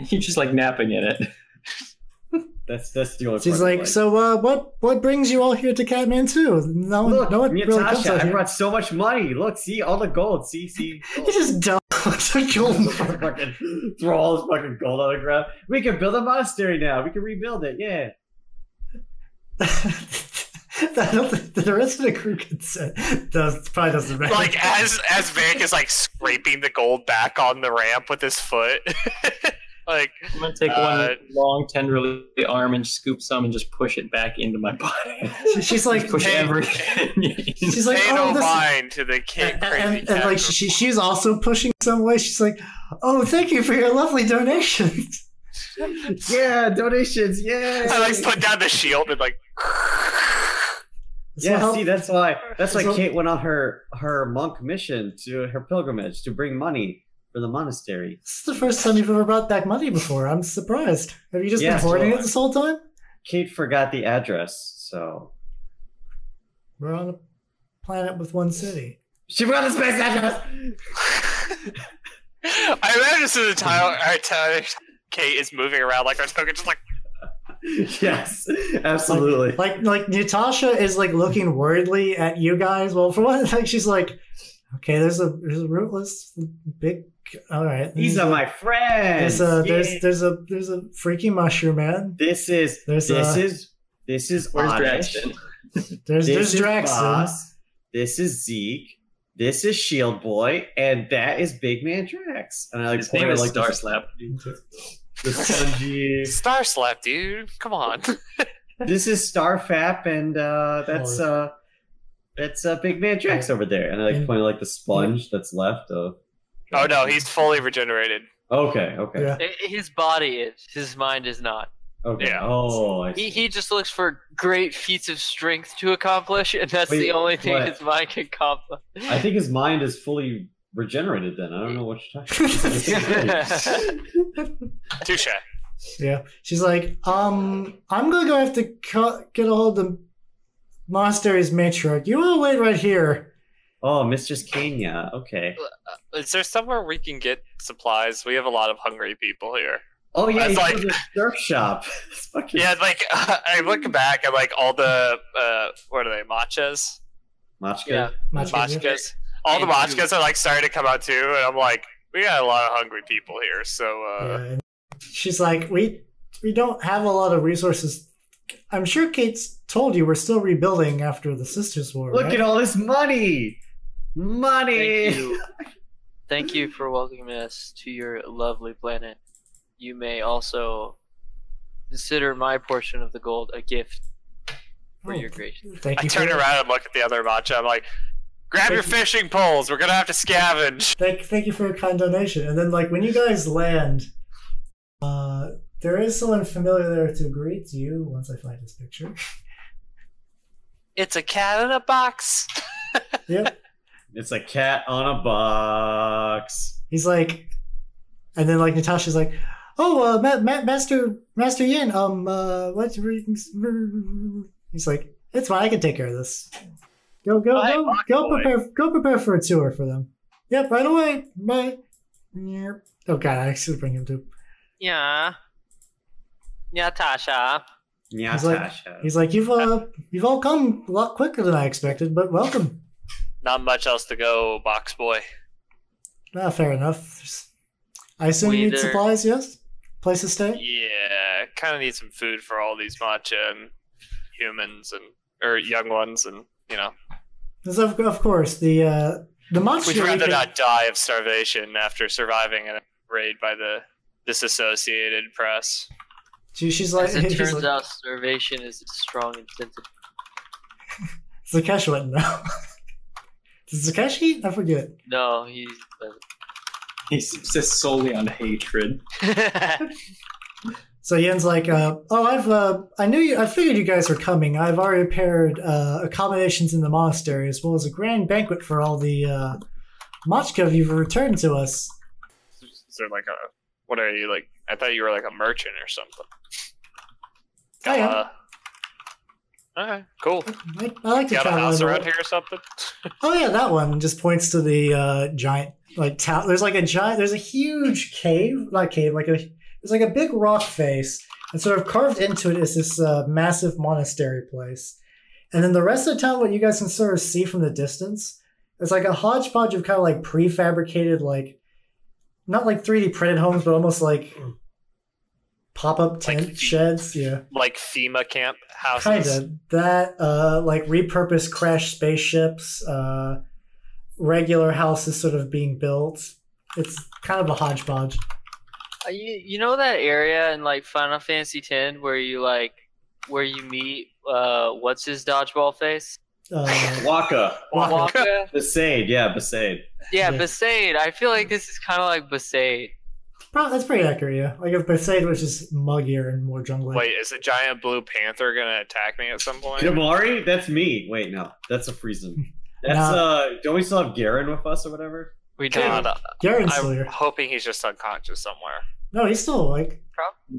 You're just like napping in it.
that's that's the only.
she's
part I
like, so uh, what what brings you all here to Kathmandu? No one,
Look,
no one really comes
Natasha,
out
I
here.
brought so much money. Look, see all the gold. See, see.
You just dumb. gold.
fucking, throw all this fucking gold on the ground. We can build a monastery now. We can rebuild it. Yeah.
I don't think the rest of the crew can say. Does probably doesn't matter.
Like as as Varric is like scraping the gold back on the ramp with his foot. like
I'm gonna take
Uh,
one long, tenderly arm and scoop some and just push it back into my body.
She- she's like,
push
hey-
everything.
she's like,
pay
oh,
no
this.
mind to the kid
And,
crazy
and, and
cat.
like she, she's also pushing some way. She's like, oh, thank you for your lovely donation.
Yeah, donations. Yeah.
I like put down the shield and like
This will
yeah,
help-
see, that's why that's why
So-
Kate went on her her monk mission to her pilgrimage to bring money for the monastery.
This is the first time you've ever brought back money before. I'm surprised. Have you just
Yes,
been hoarding
well,
it this whole time?
Kate forgot the address, so
We're on a planet with one city.
she forgot the space address.
I imagine this is the time our time Kate is moving around like our token just like
yes, absolutely.
Like, like Natasha is like looking worriedly at you guys. Well, for one thing, she's like, okay, there's a there's a rootless big. All right,
These are my friends.
There's
uh,
a
Yeah.
there's there's a there's a freaky mushroom man.
this is
There's
this
a-
is this is
Where's
Oddish.
Draxton?
There's
This
there's
is
Draxton.
Boss. This is Zeke. This is Shield Boy, and that is Big Man Drax. And I like
His name
pointed,
is
like
Star
this-
Slap.
the Sanji.
Star Slap, dude. Come on.
this is Starfap, and uh, that's uh, that's uh, Big Man Drax over there. And I like pointed like the sponge that's left of.
Oh no, he's fully regenerated.
Okay, okay,
Yeah.
I- His body is, his mind is not.
okay.
Yeah.
Oh, I
He,
see.
he just looks for great feats of strength to accomplish, and that's
Wait,
the only thing
what?
his mind can accomplish.
I think his mind is fully regenerated. Then I don't know what you're talking. about.
Touche.
Yeah, she's like, um, I'm gonna go have to co- get a hold of the monastery's matriarch. You will wait right here.
oh, Mistress Kenya. Okay.
Is there somewhere we can get supplies? We have a lot of hungry people here.
Oh yeah,
That's
you
like-
like... surf shop. It's fucking
Yeah, like I look back at like all the uh, what are they matchas,
Machka.
Yeah.
Much easier.
matchkas. All the
And you-
matchkas are like starting to come out too, and I'm like, we got a lot of hungry people here, so
Yeah,
uh,
and she's like, we we don't have a lot of resources. I'm sure Kate's told you we're still rebuilding after the Sisters War.
Look
right?
at all this money,
Thank
money.
you. Thank you for welcoming us to your lovely planet. You may also consider my portion of the gold a gift for
Oh,
your grace.
Thank
I
you.
turn
for,
around and look at the other matcha. I'm like, grab
Thank
your
you.
fishing poles. We're gonna have to scavenge.
Thank, thank you for your kind donation. And then, like, when you guys land, uh, there is someone familiar there to greet you once I find his picture.
It's a cat in a box.
Yep.
It's a cat on a box.
He's like, and then, like, Natasha's like, oh, uh, Ma- Ma- Master Master Yin, um, uh, what's. He's like, it's fine, I can take care of this. Go, go,
Oh, hey,
go,
Rocket
go
Boy.
prepare, go prepare for a tour for them. Yep, right away. Bye. Yep. Oh, God, I actually bring him to.
Yeah. Yeah, Tasha.
Yeah,
He's like-
Tasha.
He's like, you've uh, you've all come a lot quicker than I expected, but welcome.
Not much else to go, box boy.
Ah, fair enough. I assume you need
Waiter.
supplies, yes? Place to stay?
Yeah, kind of need some food for all these matcha and humans and or young ones and you know
Yes, Of, of course, the uh, the monster.
we'd rather not die of starvation after surviving a raid by the disassociated press.
She, she's like,
As it
she's
turns
like
out, starvation is a strong incentive.
Zakesh went now. Does Zakesh eat? I forget.
No, he's.
He subsists solely on hatred.
So Yen's like, uh, oh, I've, uh, I knew you, I figured you guys were coming. I've already prepared uh, accommodations in the monastery as well as a grand banquet for all the uh, Machkov you've returned to us.
Is there like a what are you like? I thought you were like a merchant or something.
I am.
Uh, Alright, cool.
I, I like to
Got a
travel
house
and all-
around here or something?
Oh yeah, that one just points to the uh, giant like town. There's like a giant. There's a huge cave, not cave, like a there's like a big rock face, and sort of carved into it is this uh, massive monastery place. And then the rest of the town, what you guys can sort of see from the distance, is like a hodgepodge of kind of like prefabricated, like not like 3D printed homes, but almost like pop up tent
feet.
sheds. Yeah
Like FEMA camp
kind
houses.
of that uh like repurposed crash spaceships uh regular houses sort of being built it's kind of a hodgepodge
Uh, You, you know that area in like Final Fantasy X where you like where you meet uh what's his dodgeball face?
uh,
Waka,
Waka?
Besaid, yeah, Besaid.
Yeah,
Yeah.
Besaid. I feel like this is kind of like Besaid.
pro- that's pretty accurate yeah like if Besaid was just muggier and more jungle
Wait, is a giant blue panther gonna attack me at some point?
Damari, that's me. Wait, no, that's a Friesen. That's
No.
uh, don't we still have Garen with us or whatever?
We do.
God,
Garen's still
I'm
here
hoping he's just unconscious somewhere.
no he's still like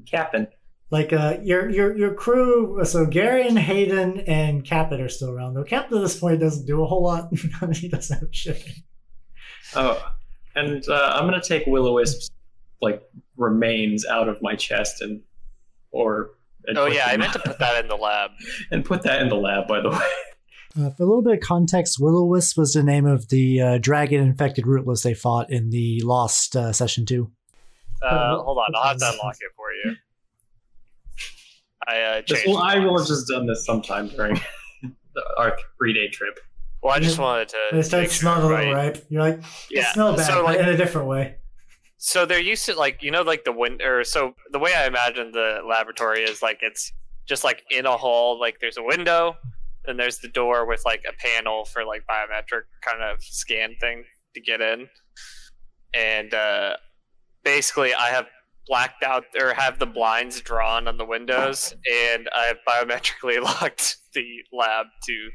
Captain.
like uh your your your crew so Garen Hayden and Capit are still around though Capit at this point doesn't do a whole lot he doesn't have shit
Oh, and uh, I'm gonna take Will O Wisp's like remains out of my chest and or and
Oh
put
yeah, I
them-
meant to put that in the lab.
and put that in the lab. By the way,
Uh, for a little bit of context, Willow Wisp was the name of the uh, dragon infected rootless they fought in the Lost uh, session two.
Uh, hold on, I'll have to unlock it for you. I uh,
Just-
changed.
well,
the
I will have
locks.
just done this sometime during the, our three day trip.
Well, I just wanted
And
to.
it starts
make sure,
smelling a little
right?
ripe. You're like, it
Yeah.
smells bad,
so
but
like,
in a different way.
So they're used to like you know like the window. So the way I imagine the laboratory is like it's just like in a hall. Like there's a window, and there's the door with like a panel for like biometric kind of scan thing to get in. And uh, basically, I have blacked out or have the blinds drawn on the windows, and I have biometrically locked the lab to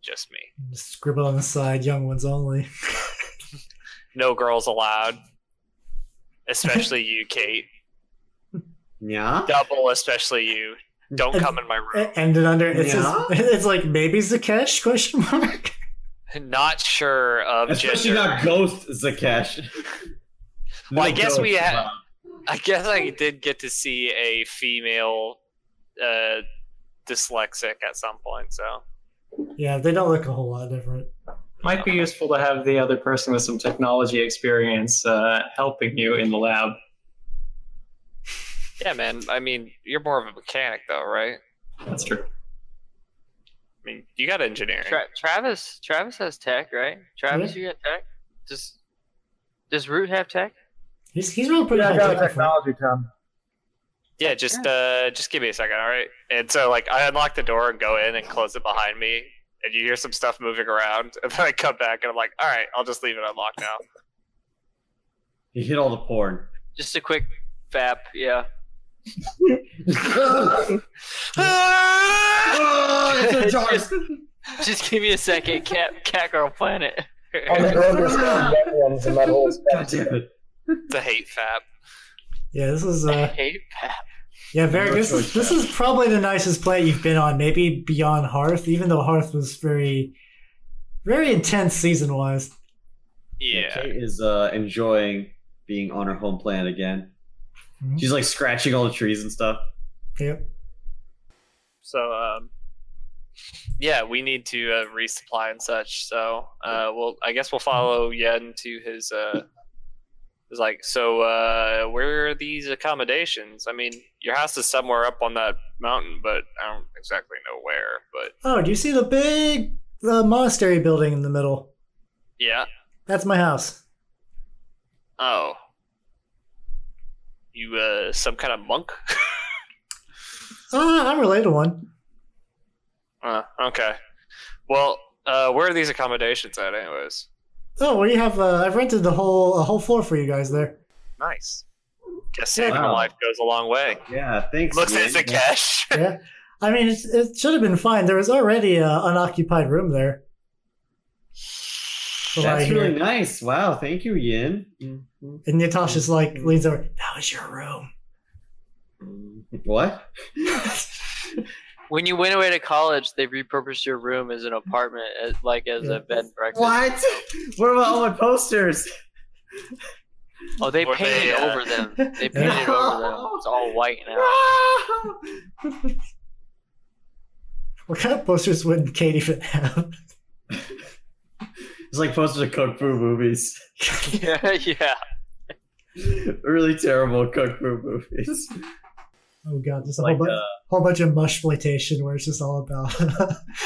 just me.
Just scribble on the side, young ones only.
No girls allowed, especially you, Kate.
Yeah.
double, especially you. Don't come in my room.
It ended under it
Yeah?
says it's like maybe Zakesh question mark.
Not sure of
Especially
gender.
not Ghost Zakesh.
Well, I guess we
ghost,
had-
wow.
I guess I did get to see a female uh, dyslexic at some point, so
Yeah, they don't look a whole lot different.
Might be useful to have the other person with some technology experience uh, helping you in the lab.
yeah, man. I mean, you're more of a mechanic, though, right?
That's true.
I mean, you got engineering.
Tra- Travis, Travis has tech, right? Travis, you got tech. Does Does Root have tech?
He's he's really pretty
Yeah, I
high
got a
tech for-
technology ton.
Yeah, just uh, just give me a second, all right? And so, like, I unlock the door and go in and close it behind me, and you hear some stuff moving around, and then I come back and I'm like, all right, I'll just leave it unlocked now.
You hit all the porn.
Just a quick fap, yeah.
Ah, it's a dark-
just, just give me a second, cat, cat girl planet.
Oh,
On the road, there's some dead ones in that whole
God damn it.
the hate fap.
Yeah, this is
I
uh
hate fap.
yeah, very this is this is probably the nicest play you've been on, maybe beyond Hearth, even though Hearth was very very intense season wise.
Yeah.
Kate is uh, enjoying being on her home planet again.
Mhm.
She's like scratching all the trees and stuff.
Yep.
So, um, yeah, we need to uh, resupply and such. So, uh, we'll I guess we'll follow Yen to his. Uh, his like, so uh, where are these accommodations? I mean, your house is somewhere up on that mountain, but I don't exactly know where. But
Oh, do you see the big the monastery building in the middle?
yeah.
That's my house.
Oh. You uh, some kind of monk?
Uh, I'm related to one.
uh, okay. Well, uh, where are these accommodations at, anyways?
Oh, well, you have uh, I've rented the whole a whole floor for you guys there.
Nice. Guess saving
Wow.
a life goes a long way.
Yeah, thanks.
Looks
man.
as a cash.
Yeah, I mean it, it should have been fine. There was already an unoccupied room there. From what I
That's
hear.
really nice. Wow, thank you, Yin.
And Natasha's like leans over. That was your room.
What?
When you went away to college, they repurposed your room as an apartment, as, like as
Yeah.
a bed and breakfast.
What? What about all my posters?
Oh, they
Or they,
painted
uh,
over them. They painted over them. It's all white now.
What kind of posters would Kate even have?
It's like posters of kung fu movies.
yeah, yeah.
really terrible kung fu movies.
Oh god, just a
Like
whole, bu-
uh,
whole bunch of mush exploitation where it's just all about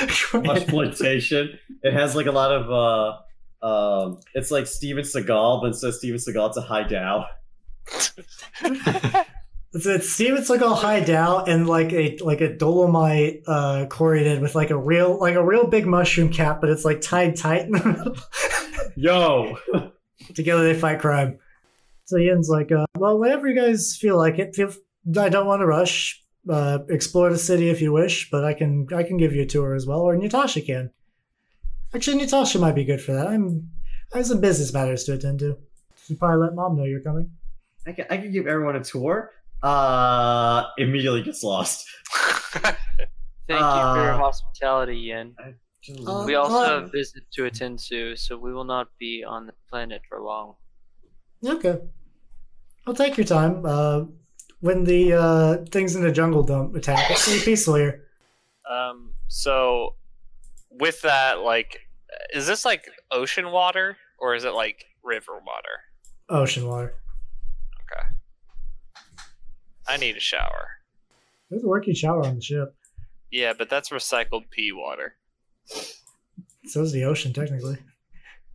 exploitation. It has like a lot of. uh um, it's like Steven Seagal, but instead of Steven Seagal, it's a high dow.
It's, it's Steven Seagal high down and like a like a dolomite uh corridor with like a real like a real big mushroom cap, but it's like tied tight.
Yo,
Together they fight crime. So Yen's like, uh, well, whenever you guys feel like it, feel, I don't want to rush. Uh, explore the city if you wish, but I can I can give you a tour as well, or Natasha can. Actually, Natasha might be good for that. I'm I have some business matters to attend to. You probably let mom know you're coming.
I can, I can give everyone a tour. Uh, immediately gets lost.
Thank you for your
Uh,
hospitality, Yen.
Uh,
We also
uh,
have a visit to attend to, so we will not be on the planet for long.
uh, Okay. I'll take your time. Uh, when the uh, things in the jungle dump attack, it's pretty peaceful here.
Um, so with that, like, is this like ocean water or is it like river water?
Ocean water.
I need a shower.
There's a working shower on the ship.
Yeah, but that's recycled pea water.
So is the ocean, technically.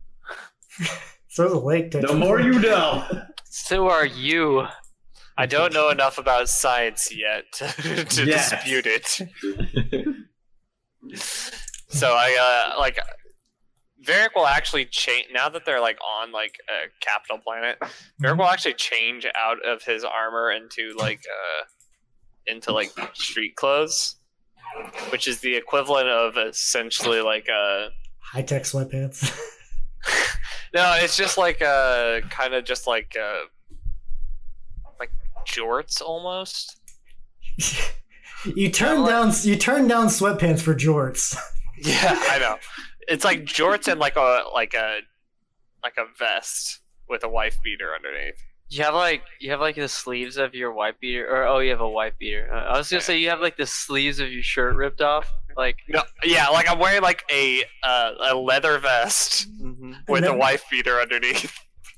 so is the lake,
the
technically.
more you know.
So are you.
I don't know enough about science yet to, to
Yes.
dispute it. so I uh, like Varric will actually change now that they're like on like a capital planet. Varric will actually change out of his armor into like uh into like street clothes, which is the equivalent of essentially like uh, a
High tech sweatpants.
no. It's just like a kind of just like uh like jorts almost.
you turn
like-
down you turn down sweatpants for jorts.
Yeah, I know. It's like jorts and like a like a like a vest with a wife beater underneath.
You have like you have like the sleeves of your white beater, or oh, you have a white beater. Uh, I was gonna say you have like the sleeves of your shirt ripped off, like
No, yeah, like I'm wearing like a uh, a leather vest
mhm.
Mm-hmm.
with a
then-
wife beater underneath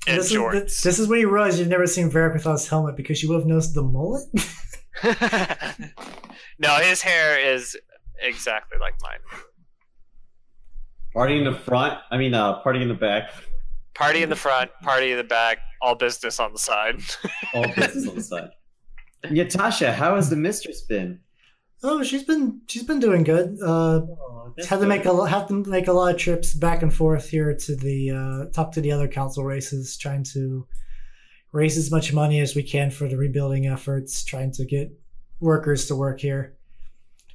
and
this,
shorts.
Is, this is when you realize you've never seen Varric without his helmet because you would have noticed the mullet.
no, his hair is exactly like mine.
Party in the front. I mean, uh, party in the back.
Party in the front, party in the back, all business on the side.
All business on the side. Yatasha, how has the mistress been?
Oh, she's been she's been doing good. Uh, had to make a lo- have to make a lot of trips back and forth here to the uh, talk to the other council races, trying to raise as much money as we can for the rebuilding efforts, trying to get workers to work here.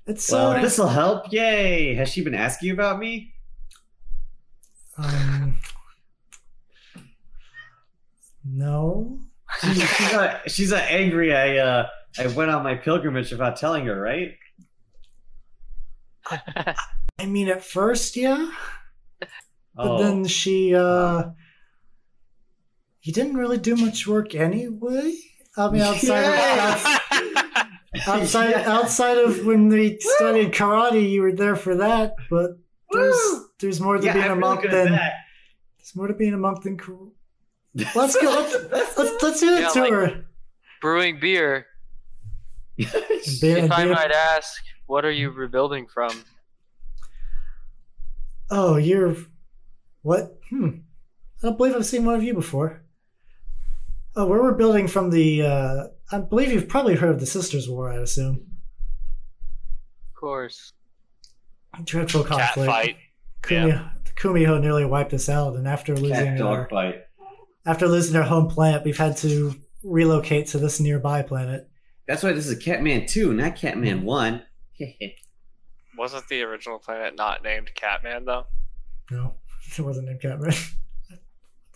It's
Well,
uh,
this will help. Yay! Has she been asking you about me?
um, no.
She's, she's not. She's not angry. I uh, I went on my pilgrimage without telling her, right?
I mean, at first, yeah, but
Oh,
then she uh, he didn't really do much work anyway. I mean, outside
Yay!
of outside
Oh. Yeah.
outside of when we studied karate, you were there for that. But there's
Woo!
there's more to
yeah,
being a
I'm really
monk
good
than
at that.
there's more to being a monk than karate. Let's go. Let's let's, let's do it
Yeah,
to
like-
her.
brewing beer.
Beer,
If uh, I
beer-
might ask, what are you rebuilding from?
Oh, you're what? Hmm. I don't believe I've seen one of you before. Oh, where we're building from the. Uh, I believe you've probably heard of the Sisters' War. I assume
Of course.
dreadful
Cat
conflict.
fight.
Kumi, Kumiho nearly wiped us out, and after
Cat
losing our
dog fight.
after losing our home planet, we've had to relocate to this nearby planet.
That's why this is Catman two, not Catman one.
Wasn't the original planet not named Catman though?
No, it wasn't named Catman.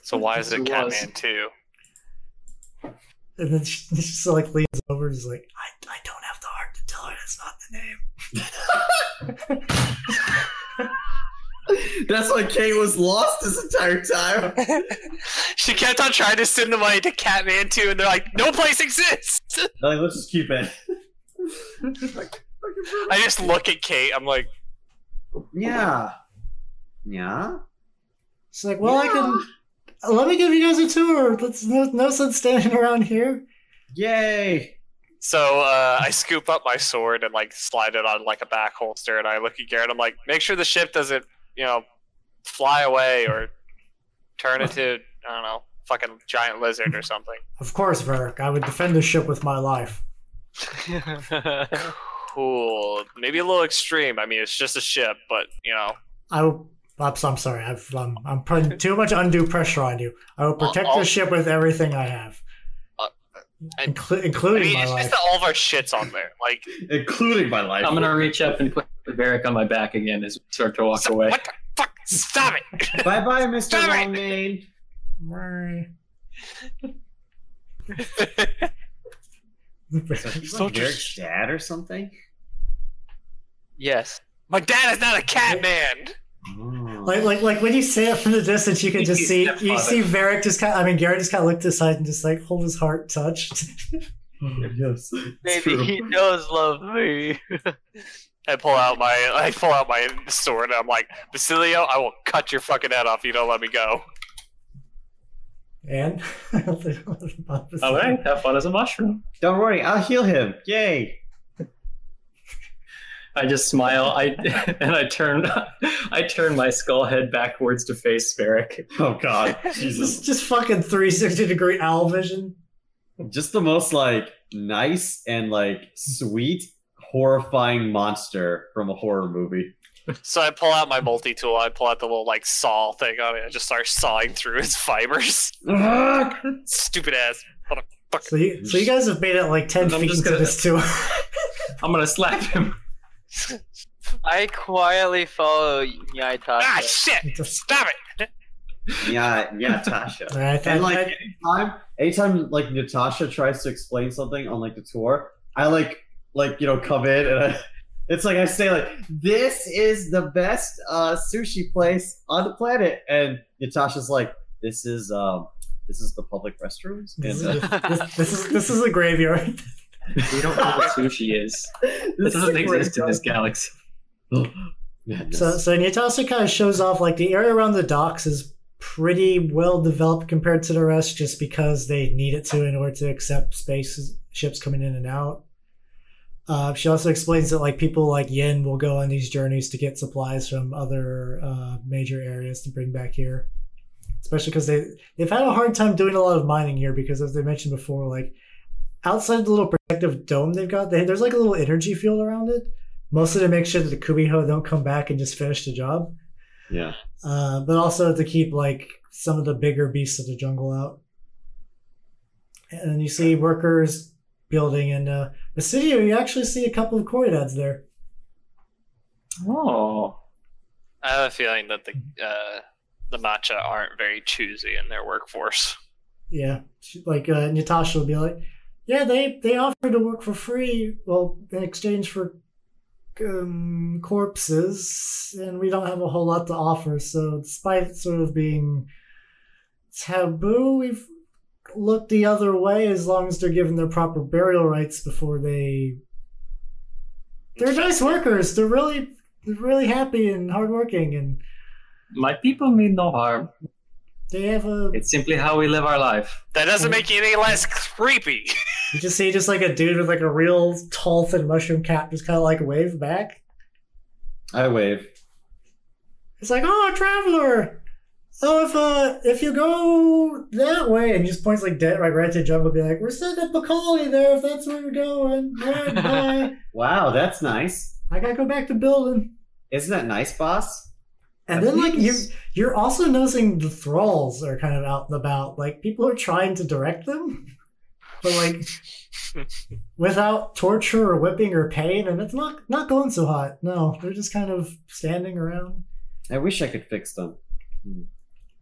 So why is it
It was.
Catman two?
And then she, she just like leans over and is like, I, I don't have the heart to tell her that's not the name.
That's why Kate was lost this entire time.
she kept on trying to send the money to Catman two, and they're like, "No place exists."
Like, let's just keep it.
I just look at Kate. I'm like,
Yeah. Yeah.
She's like, Well, I can. Let me give you guys a tour. That's no, no sense standing around here.
Yay.
so uh, I scoop up my sword and like slide it on like a back holster, and I look at Garrett. I'm like, "Make sure the ship doesn't, you know, fly away or turn into I don't know, fucking giant lizard or something."
Of course, Varric, I would defend the ship with my life.
Cool. Maybe a little extreme. I mean, it's just a ship, but you know,
I will. I'm, so- I'm sorry. I've, I'm, I'm putting too much undue pressure on you. I will protect
I'll-
the ship with everything I have,
Uh, I-
Inclu-
I
including
mean,
my
it's just
life.
that all of our shits on there. Like,
Including my life.
I'm gonna reach up and put Varric on my back again as we start to walk
so-
away.
what the fuck? Stop it!
Bye bye, Mr.
Damn it.
Longmane.
Varric.
Eric's dad or something?
Yes.
My dad is not a cat man.
Oh.
Like, like, like when you say it from the distance, you can just see you see Varric just kind. Of, I mean, Garrett just kind of looked aside and just like hold his heart touched.
yes.
Maybe he does love me.
I pull out my I pull out my sword and I'm like, Basilio, I will cut your fucking head off if you don't let me go.
And
All right, have fun as a mushroom.
Don't worry, I'll heal him. Yay.
I just smile. I and I turn, I turn my skull head backwards to face Varric.
Oh god. Jesus.
just, just fucking three sixty degree owl vision.
Just the most like nice and like sweet, horrifying monster from a horror movie.
So I pull out my multi tool. I pull out the little like saw thing on it. I just start sawing through his fibers. Stupid ass.
So you, so you guys have made it like ten
I'm
feet
just
into
gonna-
this tour.
I'm gonna slap him.
I quietly follow Nyatasha.
Ah shit! Stop it!
yeah, yeah, Tasha.
All right,
And
that-
like
that-
anytime, anytime like Natasha tries to explain something on like the tour, I like like you know come in and I, it's like I say like this is the best uh, sushi place on the planet, and Natasha's like this is um
This is the public restrooms.
This,
And,
is,
uh,
this, this is this is a graveyard.
we don't know what sushi is.
is
This doesn't
a
exist in
graveyard.
this galaxy.
So, so Natasa kind of shows off like the area around the docks is pretty well developed compared to the rest, just because they need it to in order to accept space ships coming in and out. Uh, she also explains that like people like Yin will go on these journeys to get supplies from other uh, major areas to bring back here, especially because they they've had a hard time doing a lot of mining here because as they mentioned before, like outside the little protective dome they've got, they, there's like a little energy field around it mostly to make sure that the Kubiho don't come back and just finish the job,
Yeah.
uh, but also to keep like some of the bigger beasts of the jungle out. And then you see workers building in uh, Basidio. You actually see a couple of Korydads there.
Oh.
I have a feeling that the uh, the matcha aren't very choosy in their workforce.
Yeah, She- like uh, Natasha will be like, "Yeah, they they offer to work for free, well, in exchange for um, corpses, and we don't have a whole lot to offer." So, despite it sort of being taboo, we've looked the other way as long as they're given their proper burial rights before they. They're nice workers. They're really, they're really happy and hardworking, and
My people mean no harm.
they have a
It's simply how we live our life.
That doesn't make you any less creepy.
You just see just like a dude with like a real tall thin mushroom cap just kind of like wave back.
I wave.
It's like, oh, traveler. So if uh if you go that way and he just points like dead right right to the jungle, be like, we're sitting at Bacali there if that's where you're going. Right, bye.
Wow, that's nice.
I gotta go back to building.
Isn't that nice, boss?
And then like you
Please.
you're also noticing the thralls are kind of out and about. Like people are trying to direct them, but like without torture or whipping or pain, and it's not not going so hot. No, they're just kind of standing around.
I wish I could fix them.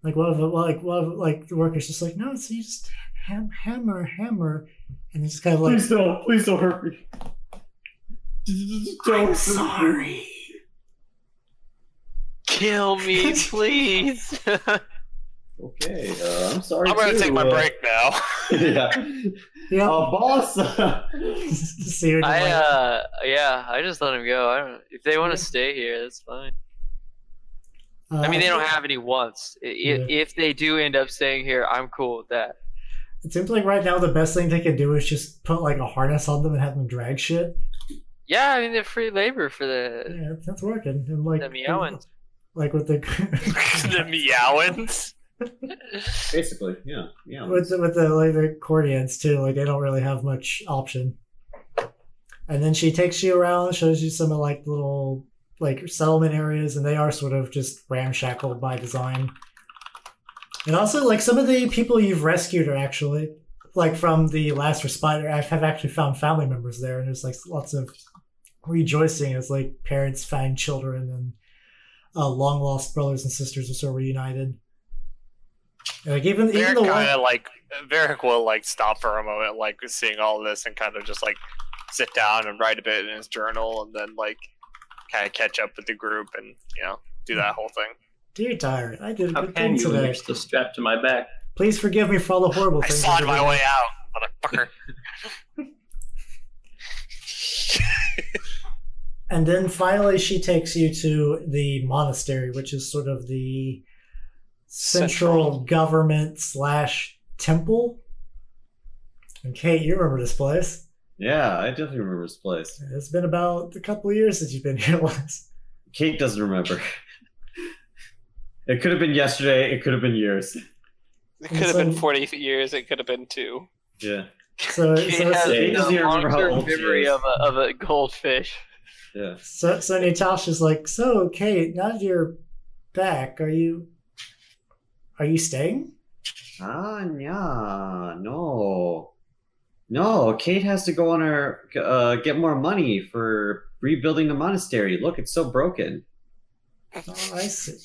Like one of the well, like one of like the workers just like no, it's you just ham, hammer hammer, and it's just kind of like
Please don't. Please don't hurt me. Don't. sorry.
Kill me, please.
Okay, uh, I'm sorry.
I'm gonna
too,
take my
uh,
break now.
yeah.
yeah.
Oh, boss.
see you're just
I
like-
uh yeah, I just let him go. I don't. If they want to stay here, that's fine. uh,
Uh,
I mean, they
Uh,
don't have any wants. I- i-
Yeah.
If they do end up staying here, I'm cool with that.
It seems like right now the best thing they can do is just put like a harness on them and have them drag shit.
Yeah, I mean they're free labor for the
Yeah, that's working. And like
the meowins.
like with the
the meowins.
Basically, yeah, yeah.
with the, with the like the accordions too. Like they don't really have much option. And then she takes you around, shows you some of like little like settlement areas, and they are sort of just ramshackled by design. And also, like some of the people you've rescued are actually like from the last respite. I have actually found family members there, and there's like lots of rejoicing as like parents find children and uh, long lost brothers and sisters are so reunited. And, like even even
Varric
the one,
kind of like Varric will like stop for a moment, like seeing all this, and kind of just like sit down and write a bit in his journal, and then like kind of catch up with the group, and you know do that whole thing.
Dear diary, I did a
How
good
can
thing
you when
today.
you're still strapped to my back?
Please forgive me for all the horrible
I
things.
sawed
did.
my way out, motherfucker.
And then finally, she takes you to the monastery, which is sort of the central,
Central.
government slash temple. And Kate, you remember this place?
Yeah, I definitely remember this place.
It's been about a couple of years since you've been here last.
Kate doesn't remember. it could have been yesterday. It could have been years.
It
could have been
40 years, it could have been two.
Yeah,
So,
He
so,
has
so,
He doesn't
a
even remember how
long-term
old he
memory
is.
of a, of a goldfish.
yeah.
so, so Natasha's like, so Kate, now that you're back, are you are you staying?
Ah, yeah, no, no. Kate has to go on her uh, get more money for rebuilding the monastery. Look, it's so broken.
Oh, I see.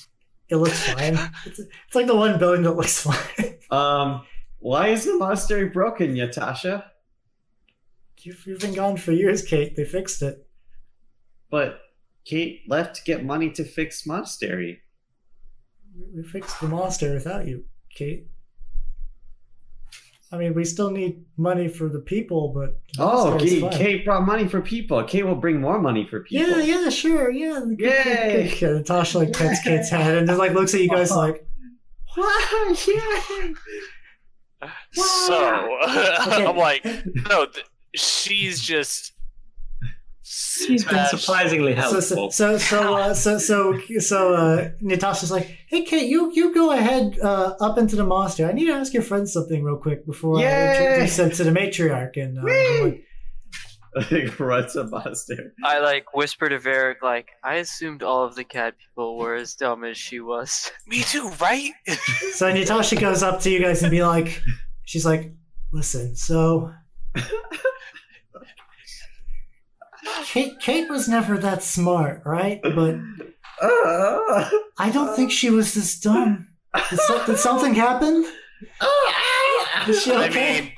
It looks fine. It's, it's like the one building that looks fine.
Um, why is the monastery broken, Yatasha?
You've, you've been gone for years, Kate. They fixed it.
But Kate left to get money to fix monastery.
We fixed the monster without you, Kate. I mean, we still need money for the people, but
Oh,
That's
Kate,
fine.
Kate brought money for people. Kate will bring more money for people.
yeah, yeah, sure, yeah. good, good,
Yay.
good. Yeah, Natasha like pets Kate's head and just like looks at you guys like,
Wow, yeah.
So
Okay.
I'm like, no, th- she's just.
He's been
smashed.
surprisingly
so so
helpful.
so so uh, so so, so uh, Natasha's like, hey Kate, you you go ahead uh, up into the monastery. I need to ask your friends something real quick before I
Yay.
introduce them to the matriarch and. Uh,
Whee!
like,
like runs up on stairs.
I like whispered to Varric, like I assumed all of the cat people were as dumb as she was.
Me too, right?
so Natasha goes up to you guys and be like, she's like, listen, so. Kate, Kate was never that smart, right? But
Uh,
Uh-huh.
I don't think she was this dumb. Did, so- did something happen? Is she
Uh-huh. I
okay?
mean,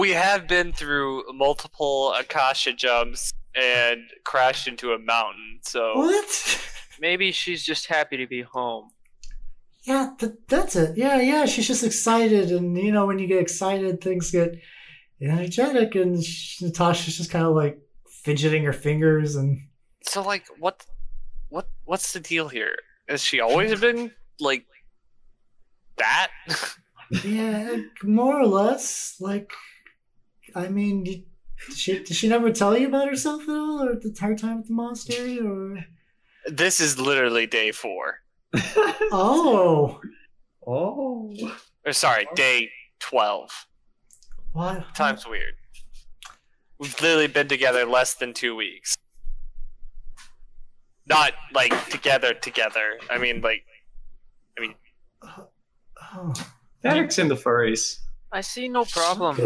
we have been through multiple Akasha jumps and crashed into a mountain, so
what?
Maybe she's just happy to be home.
Yeah, th- that's it. Yeah, yeah. She's just excited, and you know, when you get excited, things get energetic. And sh- Natasha's just kind of like fidgeting her fingers, and
so like what what what's the deal here? Has she always been like that?
yeah, like, more or less. Like, I mean, you, did she did she never tell you about herself at all, or the her time at the monastery, or
this is literally day 4.
oh,
oh.
Or sorry, day 12.
what
Time's weird. We've literally been together less than 2 weeks. Not like together together. I mean like
Oh.
Varric's in the furries.
I see no problem.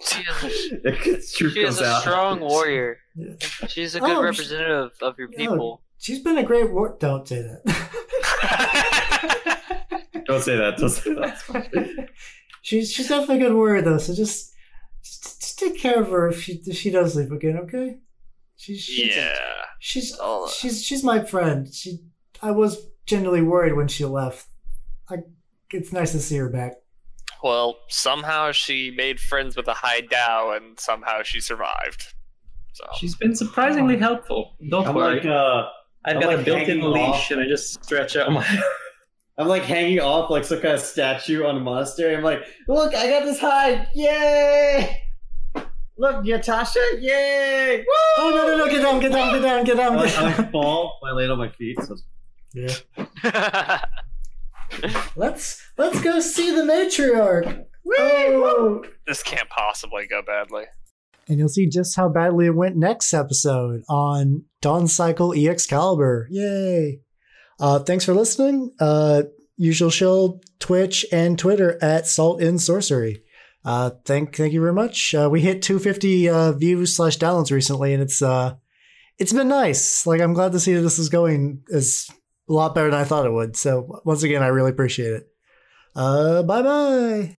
She is
the kid's
a,
truth
she is
comes
a
out.
strong warrior.
Yeah.
She's a good
Oh, she-
representative of your
Yeah.
people.
She's been a great war. Don't say that.
Don't say that. Don't say that.
she's she's definitely a good warrior though. So just just, just take care of her if she if she does leave again, okay? She's she's
yeah.
she's,
I'll-
she's she's my friend. She I was genuinely worried when she left. I it's nice to see her back.
Well, somehow she made friends with a high Dao, and somehow she survived. So
She's been surprisingly helpful. Don't
I'm
worry.
like, uh,
I've
I'm
got a
like
built-in
hanging
leash,
off.
and I just stretch out my.
I'm like hanging off like some kind of statue on a monastery. I'm like, look, I got this hide. Yay! Look, Natasha. Yay! Woo!
Oh no no no! Get down! Get down! Get down! Get
I
down! Get
like,
down.
I fall. I land on my feet. So
Yeah. Let's let's go see the matriarch. Oh.
this can't possibly go badly.
And you'll see just how badly it went next episode on Dawn Cycle Excalibur. Yay! Uh, thanks for listening. Uh, usual shield, Twitch, and Twitter at Salt in Sorcery. Uh, thank thank you very much. Uh, we hit 250 uh, views slash downloads recently, and it's uh, it's been nice. Like I'm glad to see that this is going is a lot better than I thought it would. So once again, I really appreciate it. Uh, bye bye.